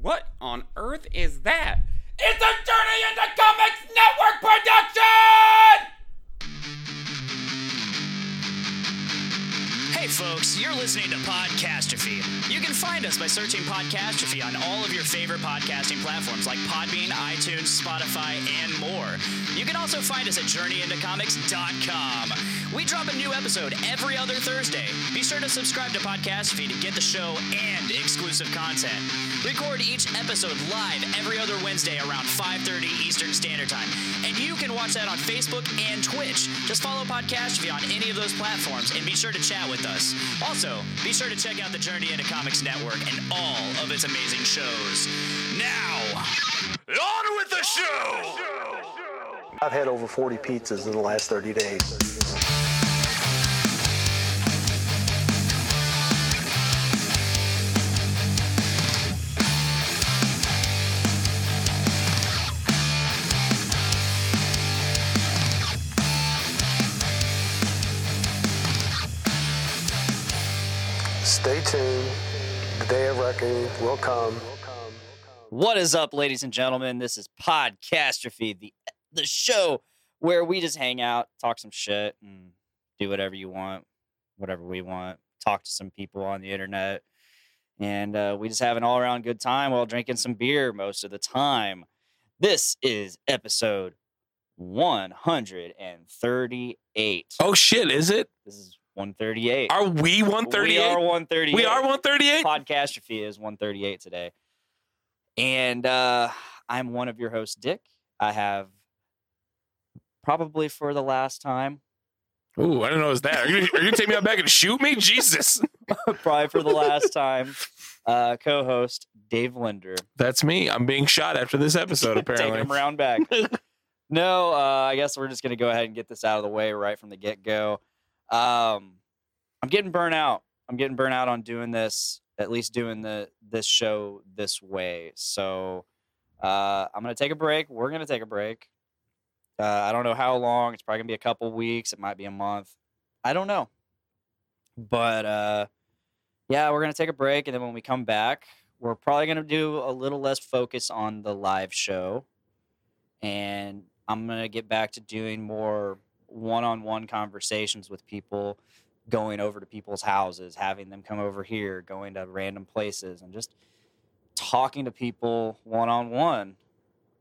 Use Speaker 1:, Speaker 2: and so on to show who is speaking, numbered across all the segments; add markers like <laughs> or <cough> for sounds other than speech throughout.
Speaker 1: What on earth is that? It's a Journey into Comics Network production!
Speaker 2: Hey, folks, you're listening to Podcastrophe. You can find us by searching Podcastrophe on all of your favorite podcasting platforms like Podbean, iTunes, Spotify, and more. You can also find us at JourneyIntoComics.com. We drop a new episode every other Thursday. Be sure to subscribe to Podcastrophe to get the show and exclusive content. Record each episode live every other Wednesday around 5:30 Eastern Standard Time, and you can watch that on Facebook and Twitch. Just follow Podcastrophe on any of those platforms, and be sure to chat with us. Also, be sure to check out the Journey into Comics Network and all of its amazing shows. Now, on with the show.
Speaker 3: I've had over 40 pizzas in the last 30 days. Stay tuned. The day of reckoning will come.
Speaker 4: What is up, ladies and gentlemen? This is Podcastrophe, the the show where we just hang out, talk some shit, and do whatever you want, whatever we want. Talk to some people on the internet, and uh, we just have an all around good time while drinking some beer most of the time. This is episode one hundred and thirty eight.
Speaker 5: Oh shit, is it?
Speaker 4: This is one thirty eight.
Speaker 5: Are we
Speaker 4: We are
Speaker 5: 138?
Speaker 4: one thirty eight
Speaker 5: We
Speaker 4: <laughs>
Speaker 5: are 138?
Speaker 4: podcastrophe is 138 today and uh, i'm one of your hosts dick i have probably for the last time <laughs>
Speaker 5: Ooh, I don't know. Is that? Are you, are you gonna take me out back and shoot me? Jesus.
Speaker 4: probably for the last time uh, co-host dave linder
Speaker 5: That's me. I'm being shot after
Speaker 4: <laughs>
Speaker 5: this episode,
Speaker 4: taking him
Speaker 5: apparently.
Speaker 4: around
Speaker 5: <laughs>
Speaker 4: back no uh, i guess we're just gonna go ahead and get this out of the way right from the get-go um, i'm getting burnt out i'm getting burnt out on doing this at least doing the this show this way so uh, i'm gonna take a break we're gonna take a break uh, i don't know how long it's probably gonna be a couple weeks it might be a month i don't know but uh, yeah we're gonna take a break and then when we come back we're probably gonna do a little less focus on the live show and i'm gonna get back to doing more one-on-one conversations with people going over to people's houses, having them come over here, going to random places, and just talking to people one on one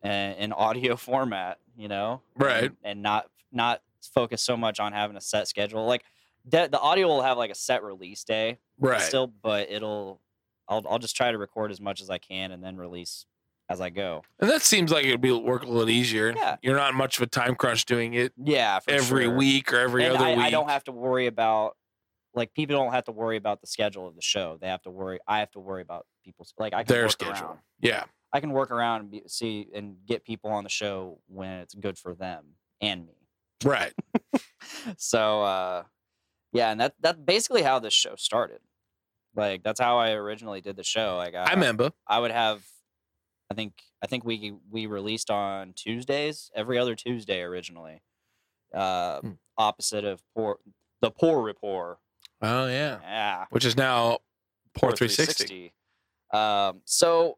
Speaker 4: in audio <laughs> format, you know,
Speaker 5: Right.
Speaker 4: and not not focus so much on having a set schedule. Like the, the audio will have like a set release day
Speaker 5: Right.
Speaker 4: still, but it'll I'll I'll just try to record as much as I can and then release as I go.
Speaker 5: and that seems like it'd be work a little easier.
Speaker 4: Yeah.
Speaker 5: You're not much of a time crunch doing it
Speaker 4: Yeah, for
Speaker 5: every
Speaker 4: sure.
Speaker 5: week or every
Speaker 4: and
Speaker 5: other
Speaker 4: I,
Speaker 5: week.
Speaker 4: I don't have to worry about like people don't have to worry about the schedule of the show. They have to worry. I have to worry about people's like I can
Speaker 5: their
Speaker 4: work
Speaker 5: schedule.
Speaker 4: around.
Speaker 5: Yeah.
Speaker 4: I can work around and be, see and get people on the show when it's good for them and me.
Speaker 5: Right.
Speaker 4: So uh, yeah, and that that's basically how this show started. Like that's how I originally did the show. Like I,
Speaker 5: I remember.
Speaker 4: I would have. I think I think we we released on Tuesdays, every other Tuesday originally, uh,
Speaker 5: Hmm.
Speaker 4: opposite of poor the poor report.
Speaker 5: Oh yeah.
Speaker 4: Yeah,
Speaker 5: Which is now Poor
Speaker 4: Poor
Speaker 5: 360.
Speaker 4: 360. Um, so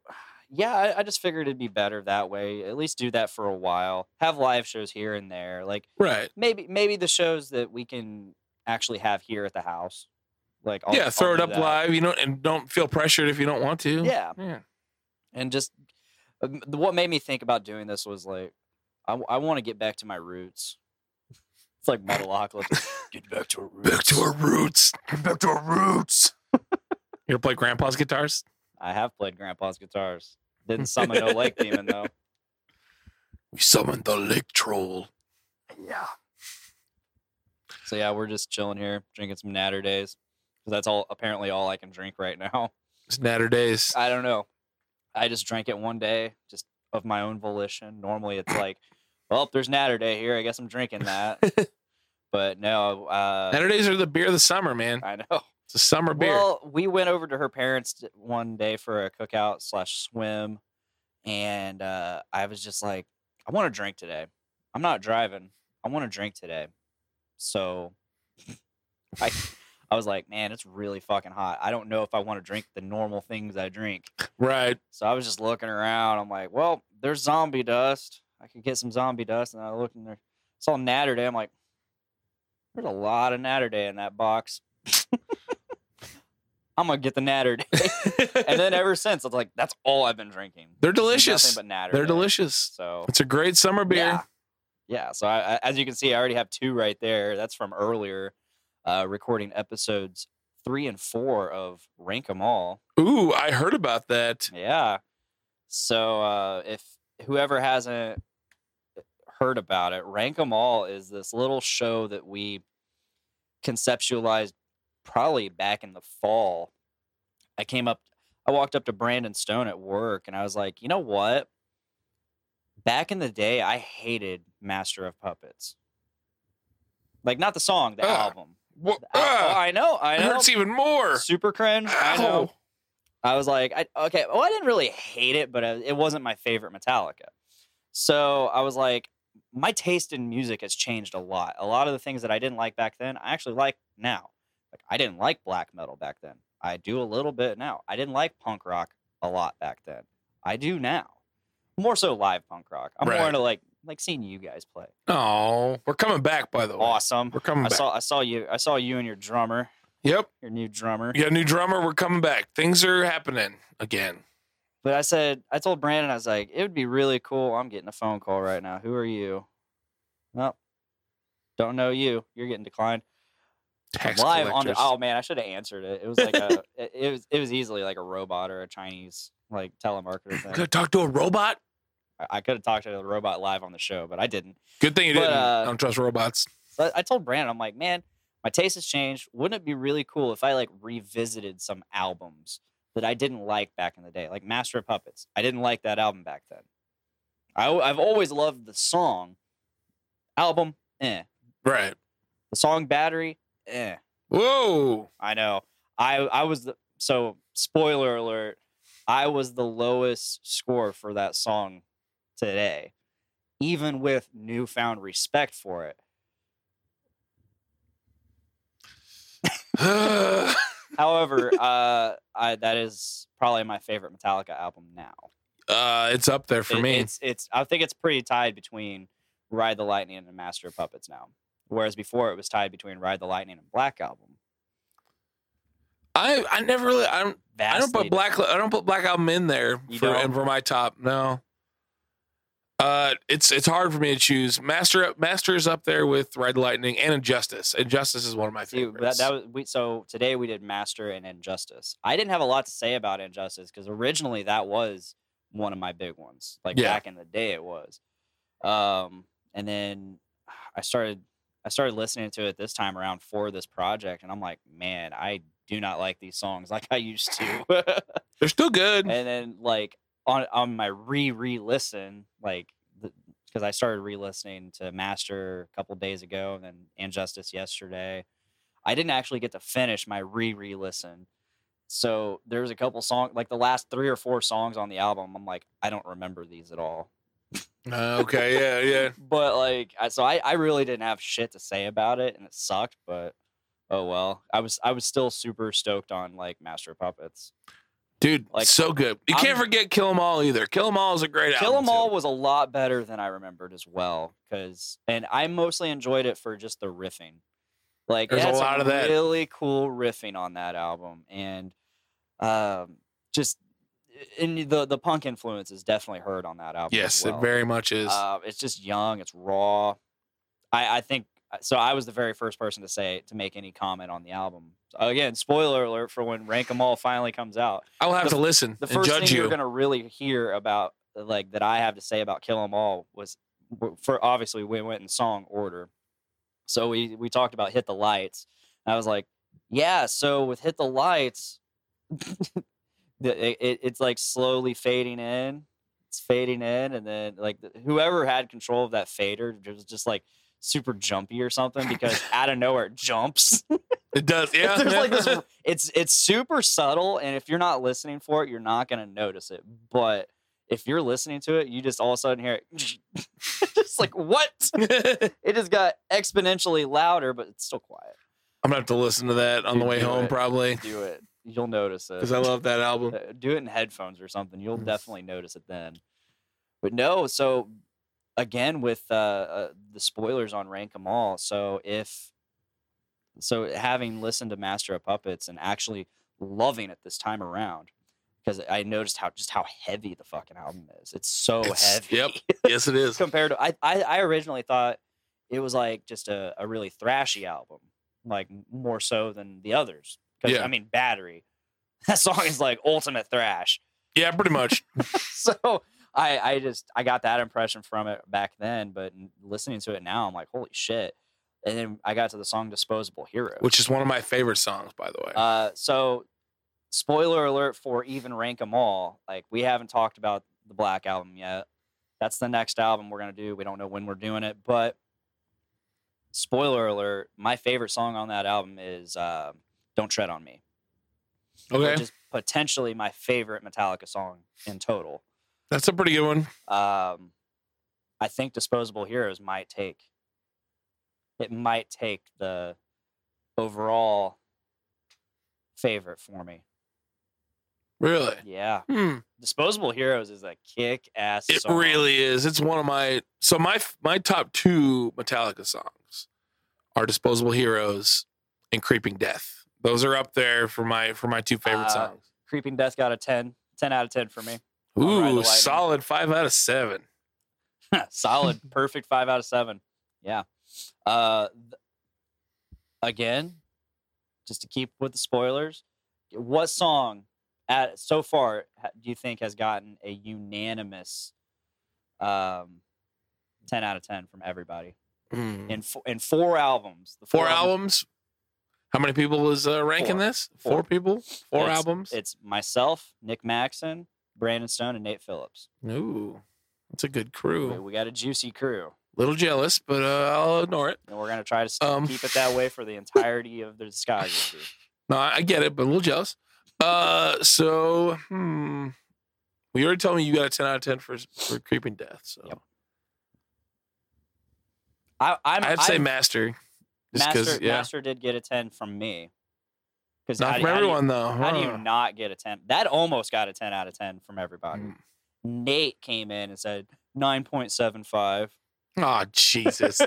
Speaker 4: yeah, I, I just figured it'd be better that way. At least do that for a while. Have live shows here and there, like
Speaker 5: Right.
Speaker 4: maybe maybe the shows that we can actually have here at the house. Like I'll-
Speaker 5: yeah.
Speaker 4: I'll
Speaker 5: Throw it
Speaker 4: do
Speaker 5: up
Speaker 4: that.
Speaker 5: live. You don't and don't feel pressured if you don't want to.
Speaker 4: Yeah,
Speaker 5: Yeah.
Speaker 4: and just um, th- what made me think about doing this was like i, want to get back to my roots it's like metalocalypse get back to our roots
Speaker 5: Back to our roots. Back to our roots. <laughs> you gonna play grandpa's guitars?
Speaker 4: i have played grandpa's guitars didn't summon no lake demon though
Speaker 5: We summoned the lake troll. Yeah.
Speaker 4: so yeah we're just chilling here drinking some natter days 'cause that's all apparently all i can drink right now <laughs>
Speaker 5: It's Natter Days.
Speaker 4: i don't know i just drank it one day just of my own volition normally it's like well if there's natter day here i guess i'm drinking that but no uh,
Speaker 5: Natter Days are the beer of the summer, man.
Speaker 4: i know
Speaker 5: It's a summer beer.
Speaker 4: Well, we went over to her parents t- one day for a cookout slash swim, and uh, I was just like, I want to drink today.
Speaker 5: <laughs>
Speaker 4: I'm not driving. I want to drink today, so I I was like, man, it's really fucking hot. I don't know if I want to drink the normal things I drink.
Speaker 5: Right.
Speaker 4: So I was just looking around. I'm like, well, there's zombie dust. I could get some zombie dust. And I looked in there, saw Natter Day. I'm like, there's a lot of Natter Day in that box. <laughs> I'm gonna get the Natter Day. <laughs> and then ever since, it's like that's all I've been drinking.
Speaker 5: They're
Speaker 4: Just
Speaker 5: delicious.
Speaker 4: Nothing but Natter.
Speaker 5: They're
Speaker 4: Day.
Speaker 5: delicious.
Speaker 4: So
Speaker 5: It's a great summer beer.
Speaker 4: yeah. Yeah. So I, I, as you can see, I already have two right there. That's from earlier uh, recording episodes three and four of Rank 'Em All.
Speaker 5: Ooh, I heard about that.
Speaker 4: <laughs> Yeah. So uh, if whoever hasn't uh, heard about it, Rank 'Em All is this little show that we conceptualized probably back in the fall. I came up, I walked up to Brandon Stone at work and I was like, you know what? Back in the day, I hated Master of Puppets. Like, not the song, the
Speaker 5: Ugh.
Speaker 4: album.
Speaker 5: Wha-
Speaker 4: I,
Speaker 5: ah,
Speaker 4: Oh, I know, I
Speaker 5: it
Speaker 4: know.
Speaker 5: hurts even more.
Speaker 4: Super cringe. I know.
Speaker 5: Ow.
Speaker 4: I was like, I, okay, well, I didn't really hate it, but uh, it wasn't my favorite Metallica. So I was like, my taste in music has changed a lot. A lot of the things that I didn't like back then, I actually like now. Like, I didn't like black metal back then. I do a little bit now. I didn't like punk rock a lot back then. I do now. More so live punk rock. I'm
Speaker 5: Right.
Speaker 4: more into like like seeing you guys play.
Speaker 5: Oh, we're coming back, by the way.
Speaker 4: Awesome.
Speaker 5: We're coming
Speaker 4: I
Speaker 5: back.
Speaker 4: saw I saw you I saw you and your drummer,
Speaker 5: Yep.
Speaker 4: your new drummer.
Speaker 5: You got a new drummer. We're coming back. Things are happening again.
Speaker 4: But I said, I told Brandon, I was like, it would be really cool. I'm getting a phone call right now. Who are you? Nope. Don't know you. You're getting declined.
Speaker 5: Tax
Speaker 4: Live on the
Speaker 5: collectors.
Speaker 4: oh man, I should have answered it. It was like a it, it was it was easily like a robot or a Chinese like telemarketer
Speaker 5: Could I
Speaker 4: thing.
Speaker 5: talk to a robot?
Speaker 4: I, I could have talked to the robot live on the show, but I didn't.
Speaker 5: Good thing you
Speaker 4: But,
Speaker 5: didn't.
Speaker 4: uh,
Speaker 5: I don't trust robots.
Speaker 4: But I told Brandon, I'm like, man, my taste has changed. Wouldn't it be really cool if I like revisited some albums that I didn't like back in the day, like Master of Puppets? I didn't like that album back then. I, have always loved the song, album, eh.
Speaker 5: Right.
Speaker 4: The song Battery, eh. <laughs>
Speaker 5: Whoa. <sighs>
Speaker 4: I know. I I was the so spoiler alert. I was the lowest score for that song today, even with newfound respect for it.
Speaker 5: uh,
Speaker 4: However, uh, I, that is probably my favorite Metallica album now.
Speaker 5: Uh, it's up there for
Speaker 4: It-
Speaker 5: me.
Speaker 4: it's it's. I think it's pretty tied between Ride the Lightning and Master of Puppets now, whereas before it was tied between Ride the Lightning and Black Album.
Speaker 5: I I never really I don't I don't
Speaker 4: Vastly
Speaker 5: put black I don't put black album in there
Speaker 4: You
Speaker 5: for
Speaker 4: don't?
Speaker 5: for my top. No. Uh, it's it's hard for me to choose. Master Master is up there with Red Lightning and Injustice. Injustice is one of my
Speaker 4: See,
Speaker 5: favorites.
Speaker 4: that, that was we. So today we did Master and Injustice. I didn't have a lot to say about Injustice because originally that was one of my big ones. Like
Speaker 5: Yeah.
Speaker 4: back in the day, it was. Um, and then I started, I started listening to it this time around for this project, and I'm like, man, I do not like these songs like I used to. <laughs>
Speaker 5: They're still <laughs> good.
Speaker 4: and then like on on my re re listen like because I started re listening to Master a couple days ago and then Injustice yesterday. I didn't actually get to finish my re re listen. So there's a couple songs, like the last three or four songs on the album. I'm like, I don't remember these at all.
Speaker 5: Uh, okay,
Speaker 4: <laughs>
Speaker 5: yeah, yeah.
Speaker 4: But like, I, so I, I really didn't have shit to say about it, and it sucked. But oh well, I was I was still super stoked on like Master of Puppets.
Speaker 5: Dude,
Speaker 4: Like,
Speaker 5: so good. You can't
Speaker 4: I'm-
Speaker 5: forget Kill 'Em All either. Kill 'Em All is a great album.
Speaker 4: Kill 'Em
Speaker 5: too.
Speaker 4: All was a lot better than I remembered
Speaker 5: Mm-hmm.
Speaker 4: as well. Cause and I mostly enjoyed it for just the riffing. Like
Speaker 5: There's a
Speaker 4: that's
Speaker 5: lot of that.
Speaker 4: really cool riffing on that album, and um, just and the the punk influence is definitely heard on that album. as
Speaker 5: Yes,
Speaker 4: well.
Speaker 5: it very much is.
Speaker 4: Uh, it's just young. It's raw. I, I think uh, so. I was the very first person to say to make any comment on the album. Again, spoiler alert for when Rank 'Em All finally comes out
Speaker 5: I will have
Speaker 4: the-
Speaker 5: to listen
Speaker 4: the
Speaker 5: and
Speaker 4: first
Speaker 5: judge
Speaker 4: thing you're
Speaker 5: you.
Speaker 4: gonna really hear about like that I have to say about Kill 'Em All was w- for obviously we went in song order, so we we talked about Hit the Lights. And I was like, yeah. So with Hit the Lights, <laughs> the, it- it, it's like slowly fading in. It's fading in, and then like the- whoever had control of that fader was just like super jumpy or something
Speaker 5: <laughs>
Speaker 4: because out of nowhere it jumps.
Speaker 5: It
Speaker 4: <laughs>
Speaker 5: does. Yeah.
Speaker 4: There's like
Speaker 5: <laughs>
Speaker 4: this. It's it's super subtle, and if you're not listening for it, you're not gonna notice it. But if you're listening to it, you just all of a sudden hear it. <laughs> it's like what? it just got exponentially louder, but it's still quiet.
Speaker 5: I'm gonna have to listen to that on the
Speaker 4: Dude,
Speaker 5: way
Speaker 4: do
Speaker 5: home
Speaker 4: it.
Speaker 5: probably
Speaker 4: Do it. You'll notice
Speaker 5: <laughs>
Speaker 4: it.
Speaker 5: because I love that album.
Speaker 4: Uh, do it in headphones or something. You'll
Speaker 5: Mm.
Speaker 4: definitely notice it then. But no, so again with uh, uh, the spoilers on rank 'em all. So if so, having listened to Master of Puppets and actually loving it this time around, because I noticed how just how heavy the fucking album is. It's so
Speaker 5: It's-
Speaker 4: heavy
Speaker 5: Yep.
Speaker 4: <laughs>
Speaker 5: Yes, it is.
Speaker 4: compared to I, I I originally thought it was like just a, a really thrashy album, like m- more so than the others. 'Cause,
Speaker 5: Yeah.
Speaker 4: I mean, Battery, <laughs> that song is like ultimate thrash. <laughs>
Speaker 5: Yeah, pretty much.
Speaker 4: So I I just I got that impression from it back then, but n- listening to it now, I'm like, holy shit! And then I got to the song "Disposable Hero,"
Speaker 5: Which is one of my favorite songs, by the way.
Speaker 4: Uh, so, spoiler alert for even rank 'em all. Like we haven't talked about the Black album yet. That's the next album we're gonna do. We don't know when we're doing it, but spoiler alert. My favorite song on that album is uh, "Don't Tread on Me,"
Speaker 5: okay,
Speaker 4: which is potentially my favorite Metallica song in total.
Speaker 5: that's a pretty good one.
Speaker 4: Um, I think Disposable Heroes might take it might take the overall favorite for me.
Speaker 5: Really.
Speaker 4: Yeah.
Speaker 5: Hmm.
Speaker 4: Disposable Heroes is a kick ass.
Speaker 5: It really is. It's one of my so my my top two Metallica songs are "Disposable Heroes" and "Creeping Death." Those are up there for my for my two favorite
Speaker 4: Uh,
Speaker 5: songs.
Speaker 4: Creeping Death got a 10. 10 out of 10 for
Speaker 5: <laughs>
Speaker 4: me. Ride the
Speaker 5: Ooh,
Speaker 4: Lightning.
Speaker 5: solid five out of seven.
Speaker 4: Solid, <laughs> perfect 5 out of 7. Yeah. Uh th- again, just to keep with the spoilers, what song at so far ha- do you think has gotten a unanimous um 10 out of 10 from everybody in four, in four albums? The
Speaker 5: Hmm. Four albums. How many people is uh, ranking
Speaker 4: Four.
Speaker 5: this? Four,
Speaker 4: Four.
Speaker 5: people. Four
Speaker 4: it's-
Speaker 5: albums.
Speaker 4: It's myself, Nick Maxon, Brandon Stone, and Nate Phillips.
Speaker 5: Ooh, that's a good
Speaker 4: We,
Speaker 5: crew.
Speaker 4: we got a juicy crew,
Speaker 5: Little jealous, but uh, I'll ignore it.
Speaker 4: and we're gonna try to st-
Speaker 5: Um.
Speaker 4: keep it that way for the entirety of the discography.
Speaker 5: No, I I get it, but a little jealous. Uh, so hmm, we already told me you got a ten out of ten for for Creeping Death. So
Speaker 4: Yep. I, I'm,
Speaker 5: I'd say
Speaker 4: I'm-
Speaker 5: Master, just because
Speaker 4: Master,
Speaker 5: yeah,
Speaker 4: Master did get a ten from me. Because
Speaker 5: not from everyone though.
Speaker 4: How do you
Speaker 5: huh.
Speaker 4: not get a ten? That almost got a ten out of ten from everybody.
Speaker 5: Mm.
Speaker 4: Nate came in and said nine point seven five.
Speaker 5: Oh
Speaker 4: <laughs>
Speaker 5: Jesus!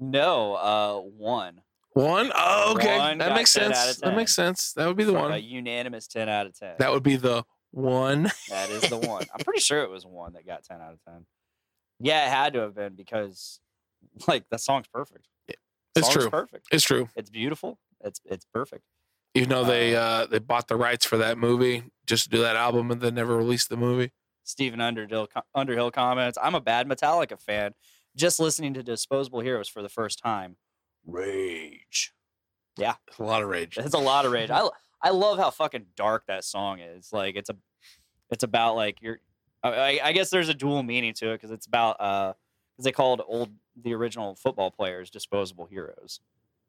Speaker 4: No, uh, one.
Speaker 5: one. Oh, okay,
Speaker 4: One
Speaker 5: that
Speaker 4: got
Speaker 5: makes
Speaker 4: 10 out
Speaker 5: sense.
Speaker 4: of
Speaker 5: That makes sense. That would be the
Speaker 4: From A
Speaker 5: one.
Speaker 4: unanimous ten out of ten.
Speaker 5: That would be the
Speaker 4: <laughs>
Speaker 5: one.
Speaker 4: That is the one. I'm pretty sure it was one that got 10 out of 10. Yeah, it had to have been because like that song's perfect.
Speaker 5: It's
Speaker 4: Song's
Speaker 5: true.
Speaker 4: perfect.
Speaker 5: It's true.
Speaker 4: It's beautiful. It's it's perfect.
Speaker 5: You know they
Speaker 4: Uh,
Speaker 5: uh they bought the rights for that movie just to do that album and then never released the movie.
Speaker 4: Stephen Underhill Underhill comments, I'm a bad Metallica fan. Just listening to Disposable Heroes for the first time.
Speaker 5: Rage.
Speaker 4: Yeah.
Speaker 5: It's a lot of rage.
Speaker 4: It's a lot of rage. I l- I love how fucking dark that song is. Like it's a it's about like your I, I- I guess there's a dual meaning to it because it's about uh 'cause they called old the original football players disposable heroes.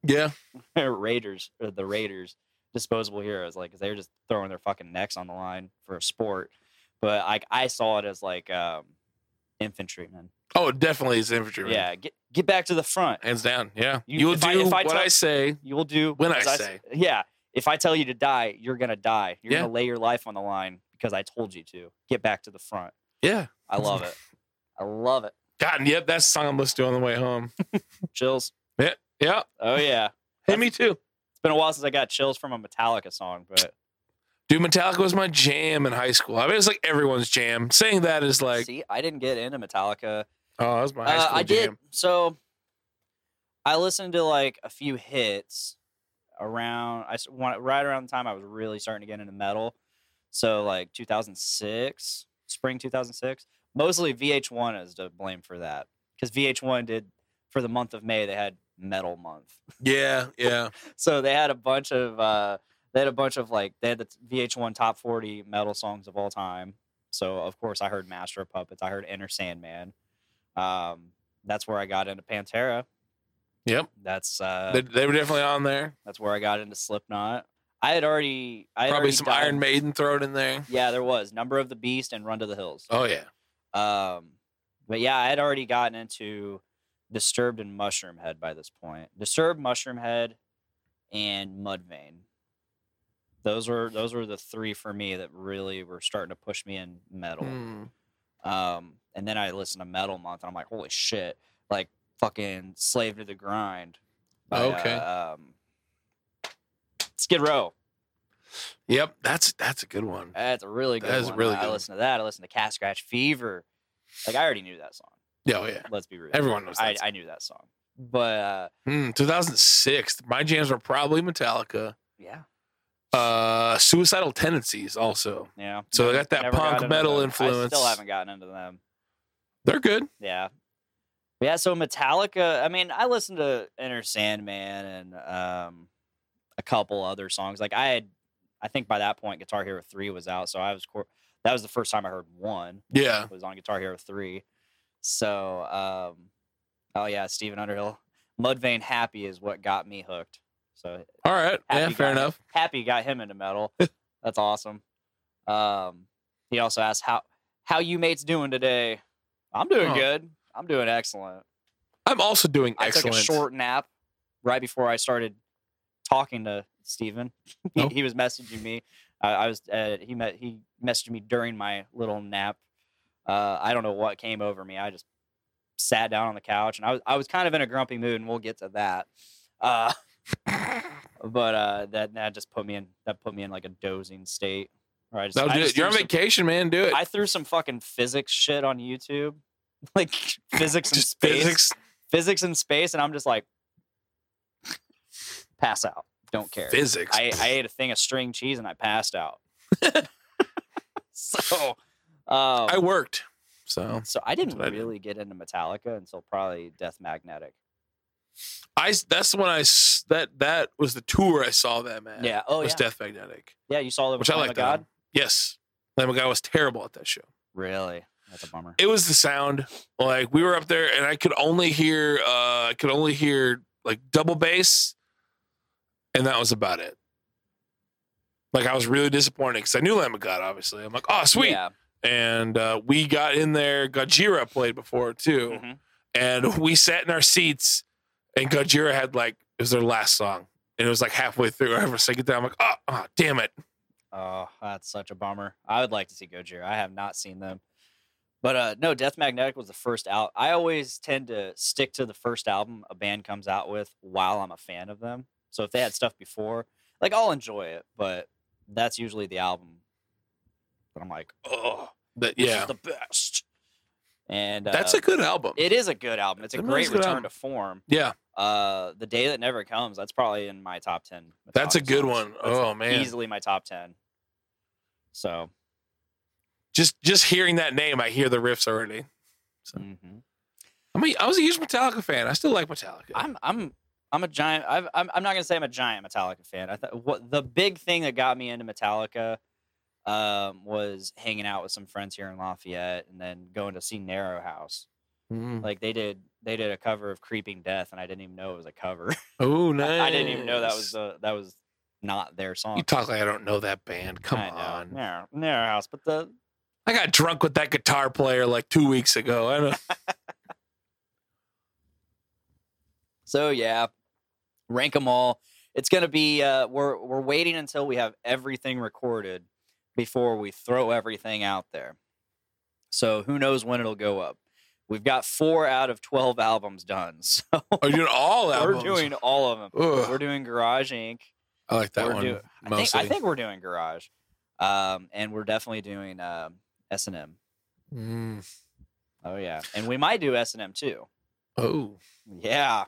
Speaker 5: Yeah.
Speaker 4: <laughs> Raiders, or the Raiders, disposable heroes, like 'cause they were just throwing their fucking necks on the line for a sport. But like I saw it as like um, infantrymen.
Speaker 5: Oh, it definitely is infantry. man.
Speaker 4: Yeah, get get back to the front.
Speaker 5: Hands down. Yeah.
Speaker 4: You-
Speaker 5: You, will
Speaker 4: if
Speaker 5: do
Speaker 4: I- if I
Speaker 5: what
Speaker 4: tell-
Speaker 5: I say.
Speaker 4: You will do
Speaker 5: When I
Speaker 4: as s-
Speaker 5: say.
Speaker 4: Yeah, if I tell you to die, you're gonna die. You're
Speaker 5: Yeah.
Speaker 4: gonna lay your life on the line because I told you to. Get back to the front.
Speaker 5: Yeah.
Speaker 4: I love
Speaker 5: <laughs>
Speaker 4: it. I love it.
Speaker 5: God, yep, that's the song I'm listening to on the
Speaker 4: <laughs>
Speaker 5: way home.
Speaker 4: Chills.
Speaker 5: Yeah.
Speaker 4: Oh yeah.
Speaker 5: Hey, me too.
Speaker 4: It's been a while since I got chills from a Metallica song, but
Speaker 5: Dude, Metallica was my jam in high school. I mean, it's like everyone's jam. Saying that is like,
Speaker 4: see, I didn't get into Metallica
Speaker 5: oh, that was my high
Speaker 4: Uh,
Speaker 5: school
Speaker 4: I
Speaker 5: jam.
Speaker 4: did. So I listened to like a few hits around. I s- when- right around the time I was really starting to get into metal. So like 2006, spring 2006. Mostly VH1 is to blame for that because VH1 did for the month of May they had Metal Month.
Speaker 5: Yeah, yeah.
Speaker 4: So they had a bunch of uh, they had a bunch of like they had the VH1 top 40 metal songs of all time. So of course I heard Master of Puppets, I heard Inner Sandman. Um, that's where I got into Pantera.
Speaker 5: Yep.
Speaker 4: That's uh,
Speaker 5: they, they were definitely on there.
Speaker 4: that's where I got into Slipknot. I had already I had
Speaker 5: Probably
Speaker 4: already
Speaker 5: some
Speaker 4: done-
Speaker 5: Iron Maiden thrown in there.
Speaker 4: Yeah, there was Number of the Beast and Run to the Hills.
Speaker 5: Oh, yeah.
Speaker 4: Um, but yeah, I had already gotten into Disturbed and Mushroom Head by this point. Disturbed Mushroom Head and Mudvayne. Those were those were the three for me that really were starting to push me in metal.
Speaker 5: Mm.
Speaker 4: Um, and then I listened to Metal Month, and I'm like, holy shit! Like fucking Slave to the Grind.
Speaker 5: Oh, Okay.
Speaker 4: uh, um, Skid Row.
Speaker 5: Yep, that's that's a good one.
Speaker 4: That's a really
Speaker 5: That
Speaker 4: good.
Speaker 5: is a
Speaker 4: one.
Speaker 5: really
Speaker 4: I
Speaker 5: good one.
Speaker 4: listened to that. I listened to Cat Scratch Fever. Like I already knew that song.
Speaker 5: Yeah, oh, yeah.
Speaker 4: Let's be real.
Speaker 5: Everyone knows
Speaker 4: I,
Speaker 5: that.
Speaker 4: I knew that song, but uh,
Speaker 5: Mm, 2006. My jams were probably Metallica.
Speaker 4: yeah,
Speaker 5: Uh, Suicidal Tendencies also.
Speaker 4: yeah.
Speaker 5: So they
Speaker 4: Never-
Speaker 5: got that
Speaker 4: never
Speaker 5: punk
Speaker 4: got into
Speaker 5: metal
Speaker 4: them. I
Speaker 5: influence.
Speaker 4: still haven't gotten into them.
Speaker 5: They're good.
Speaker 4: Yeah. But yeah, so Metallica, I mean, I listened to Inner Sandman and um a couple other songs. Like I had I think by that point Guitar Hero 3 was out, so I was cor- that was the first time I heard one
Speaker 5: Yeah.
Speaker 4: was on Guitar Hero 3. So, um oh yeah, Steven Underhill. Mudvayne Happy is what got me hooked. So
Speaker 5: All right.
Speaker 4: Happy
Speaker 5: yeah,
Speaker 4: got
Speaker 5: fair
Speaker 4: him-
Speaker 5: enough.
Speaker 4: Happy got him into metal. That's awesome. Um, he also asked how how you mates doing today. I'm doing
Speaker 5: Oh.
Speaker 4: good. I'm doing excellent.
Speaker 5: I'm also doing
Speaker 4: I
Speaker 5: excellent.
Speaker 4: took a short nap right before I started talking to Steven. <laughs> he,
Speaker 5: Oh.
Speaker 4: he was messaging me. I, I was uh, he met he messaged me during my little nap. Uh, I don't know what came over me. I just sat down on the couch and I was I was kind of in a grumpy mood, and we'll get to that. Uh, <laughs> but uh, that that just put me in that put me in like a dozing state. Where I just,
Speaker 5: That'll
Speaker 4: I
Speaker 5: do
Speaker 4: just
Speaker 5: it. You're on
Speaker 4: threw some-
Speaker 5: vacation, man. Do it.
Speaker 4: I threw some fucking physics shit on YouTube, <laughs> like physics and
Speaker 5: Just
Speaker 4: space
Speaker 5: physics,
Speaker 4: physics in space, and I'm just like, pass out. Don't care.
Speaker 5: physics.
Speaker 4: I, I ate a thing of string cheese and I passed
Speaker 5: <laughs>
Speaker 4: out. <laughs> so, um,
Speaker 5: I worked. So
Speaker 4: so I didn't
Speaker 5: what I did.
Speaker 4: really get into Metallica until probably Death Magnetic.
Speaker 5: I s- that's when I s- that that was the tour I saw them at.
Speaker 4: Yeah. Oh,
Speaker 5: was
Speaker 4: yeah.
Speaker 5: Death Magnetic,
Speaker 4: yeah, you saw the
Speaker 5: which I like.
Speaker 4: God.
Speaker 5: God. Yes, Lamb of God was terrible at that show.
Speaker 4: Really, that's a bummer.
Speaker 5: It was the sound. Like we were up there, and I could only hear uh I could only hear like double bass, and that was about it. Like I was really disappointed because I knew Lamb of God. Obviously, I'm like, oh sweet,
Speaker 4: Yeah.
Speaker 5: and uh, we got in there. Gajira played before too,
Speaker 4: Mhm.
Speaker 5: and we sat in our seats. And Gajira had like it was their last song, and it was like halfway through. <laughs> I ever sang it down. I'm like, oh, oh, damn it!
Speaker 4: Oh, that's such a bummer. I would like to see Gojira. I have not seen them. But uh no, Death Magnetic was the first out. I always tend to stick to the first album a band comes out with while I'm a fan of them. So if they had stuff before, like I'll enjoy it, but that's usually the album that I'm like,
Speaker 5: Oh, that
Speaker 4: this
Speaker 5: yeah,
Speaker 4: is the best. And uh,
Speaker 5: that's a good album.
Speaker 4: it is a good album. It's a
Speaker 5: That is
Speaker 4: great
Speaker 5: a good
Speaker 4: return
Speaker 5: album.
Speaker 4: to form.
Speaker 5: yeah,
Speaker 4: Uh The Day That Never Comes, that's probably in my top ten.
Speaker 5: that's a
Speaker 4: Metallica
Speaker 5: good
Speaker 4: songs.
Speaker 5: one.
Speaker 4: That's
Speaker 5: Oh man,
Speaker 4: Easily my top ten. So
Speaker 5: just just hearing that name, I hear the riffs already.
Speaker 4: Mm-hmm.
Speaker 5: I mean, I was a huge Metallica fan. I still like Metallica.
Speaker 4: I'm I'm I'm a giant. I've, I'm I'm not gonna say I'm a giant Metallica fan. I thought what the big thing that got me into Metallica um, was hanging out with some friends here in Lafayette, and then going to see Narrow House.
Speaker 5: Mm.
Speaker 4: Like they did they did a cover of Creeping Death, and I didn't even know it was a cover. <laughs>
Speaker 5: Oh, nice.
Speaker 4: I didn't even know that was the that was not their song.
Speaker 5: You talk like I don't know that band. Come
Speaker 4: I know.
Speaker 5: on.
Speaker 4: Narrow, Narrow House, but the
Speaker 5: I got drunk with that guitar player like two weeks ago. I don't,
Speaker 4: So yeah, rank them all. It's gonna be uh, we're we're waiting until we have everything recorded before we throw everything out there. So who knows when it'll go up? We've got four out of twelve albums done, <laughs> so
Speaker 5: <laughs> are you doing all
Speaker 4: we're
Speaker 5: albums?
Speaker 4: doing all of them.
Speaker 5: Ugh,
Speaker 4: We're doing Garage Inc.
Speaker 5: I like that
Speaker 4: we're
Speaker 5: one
Speaker 4: do- I think,
Speaker 5: mostly.
Speaker 4: I think we're doing Garage, um, and we're definitely doing um S and M.
Speaker 5: Mm.
Speaker 4: Oh yeah, and we might do S and M too.
Speaker 5: Oh,
Speaker 4: Yeah,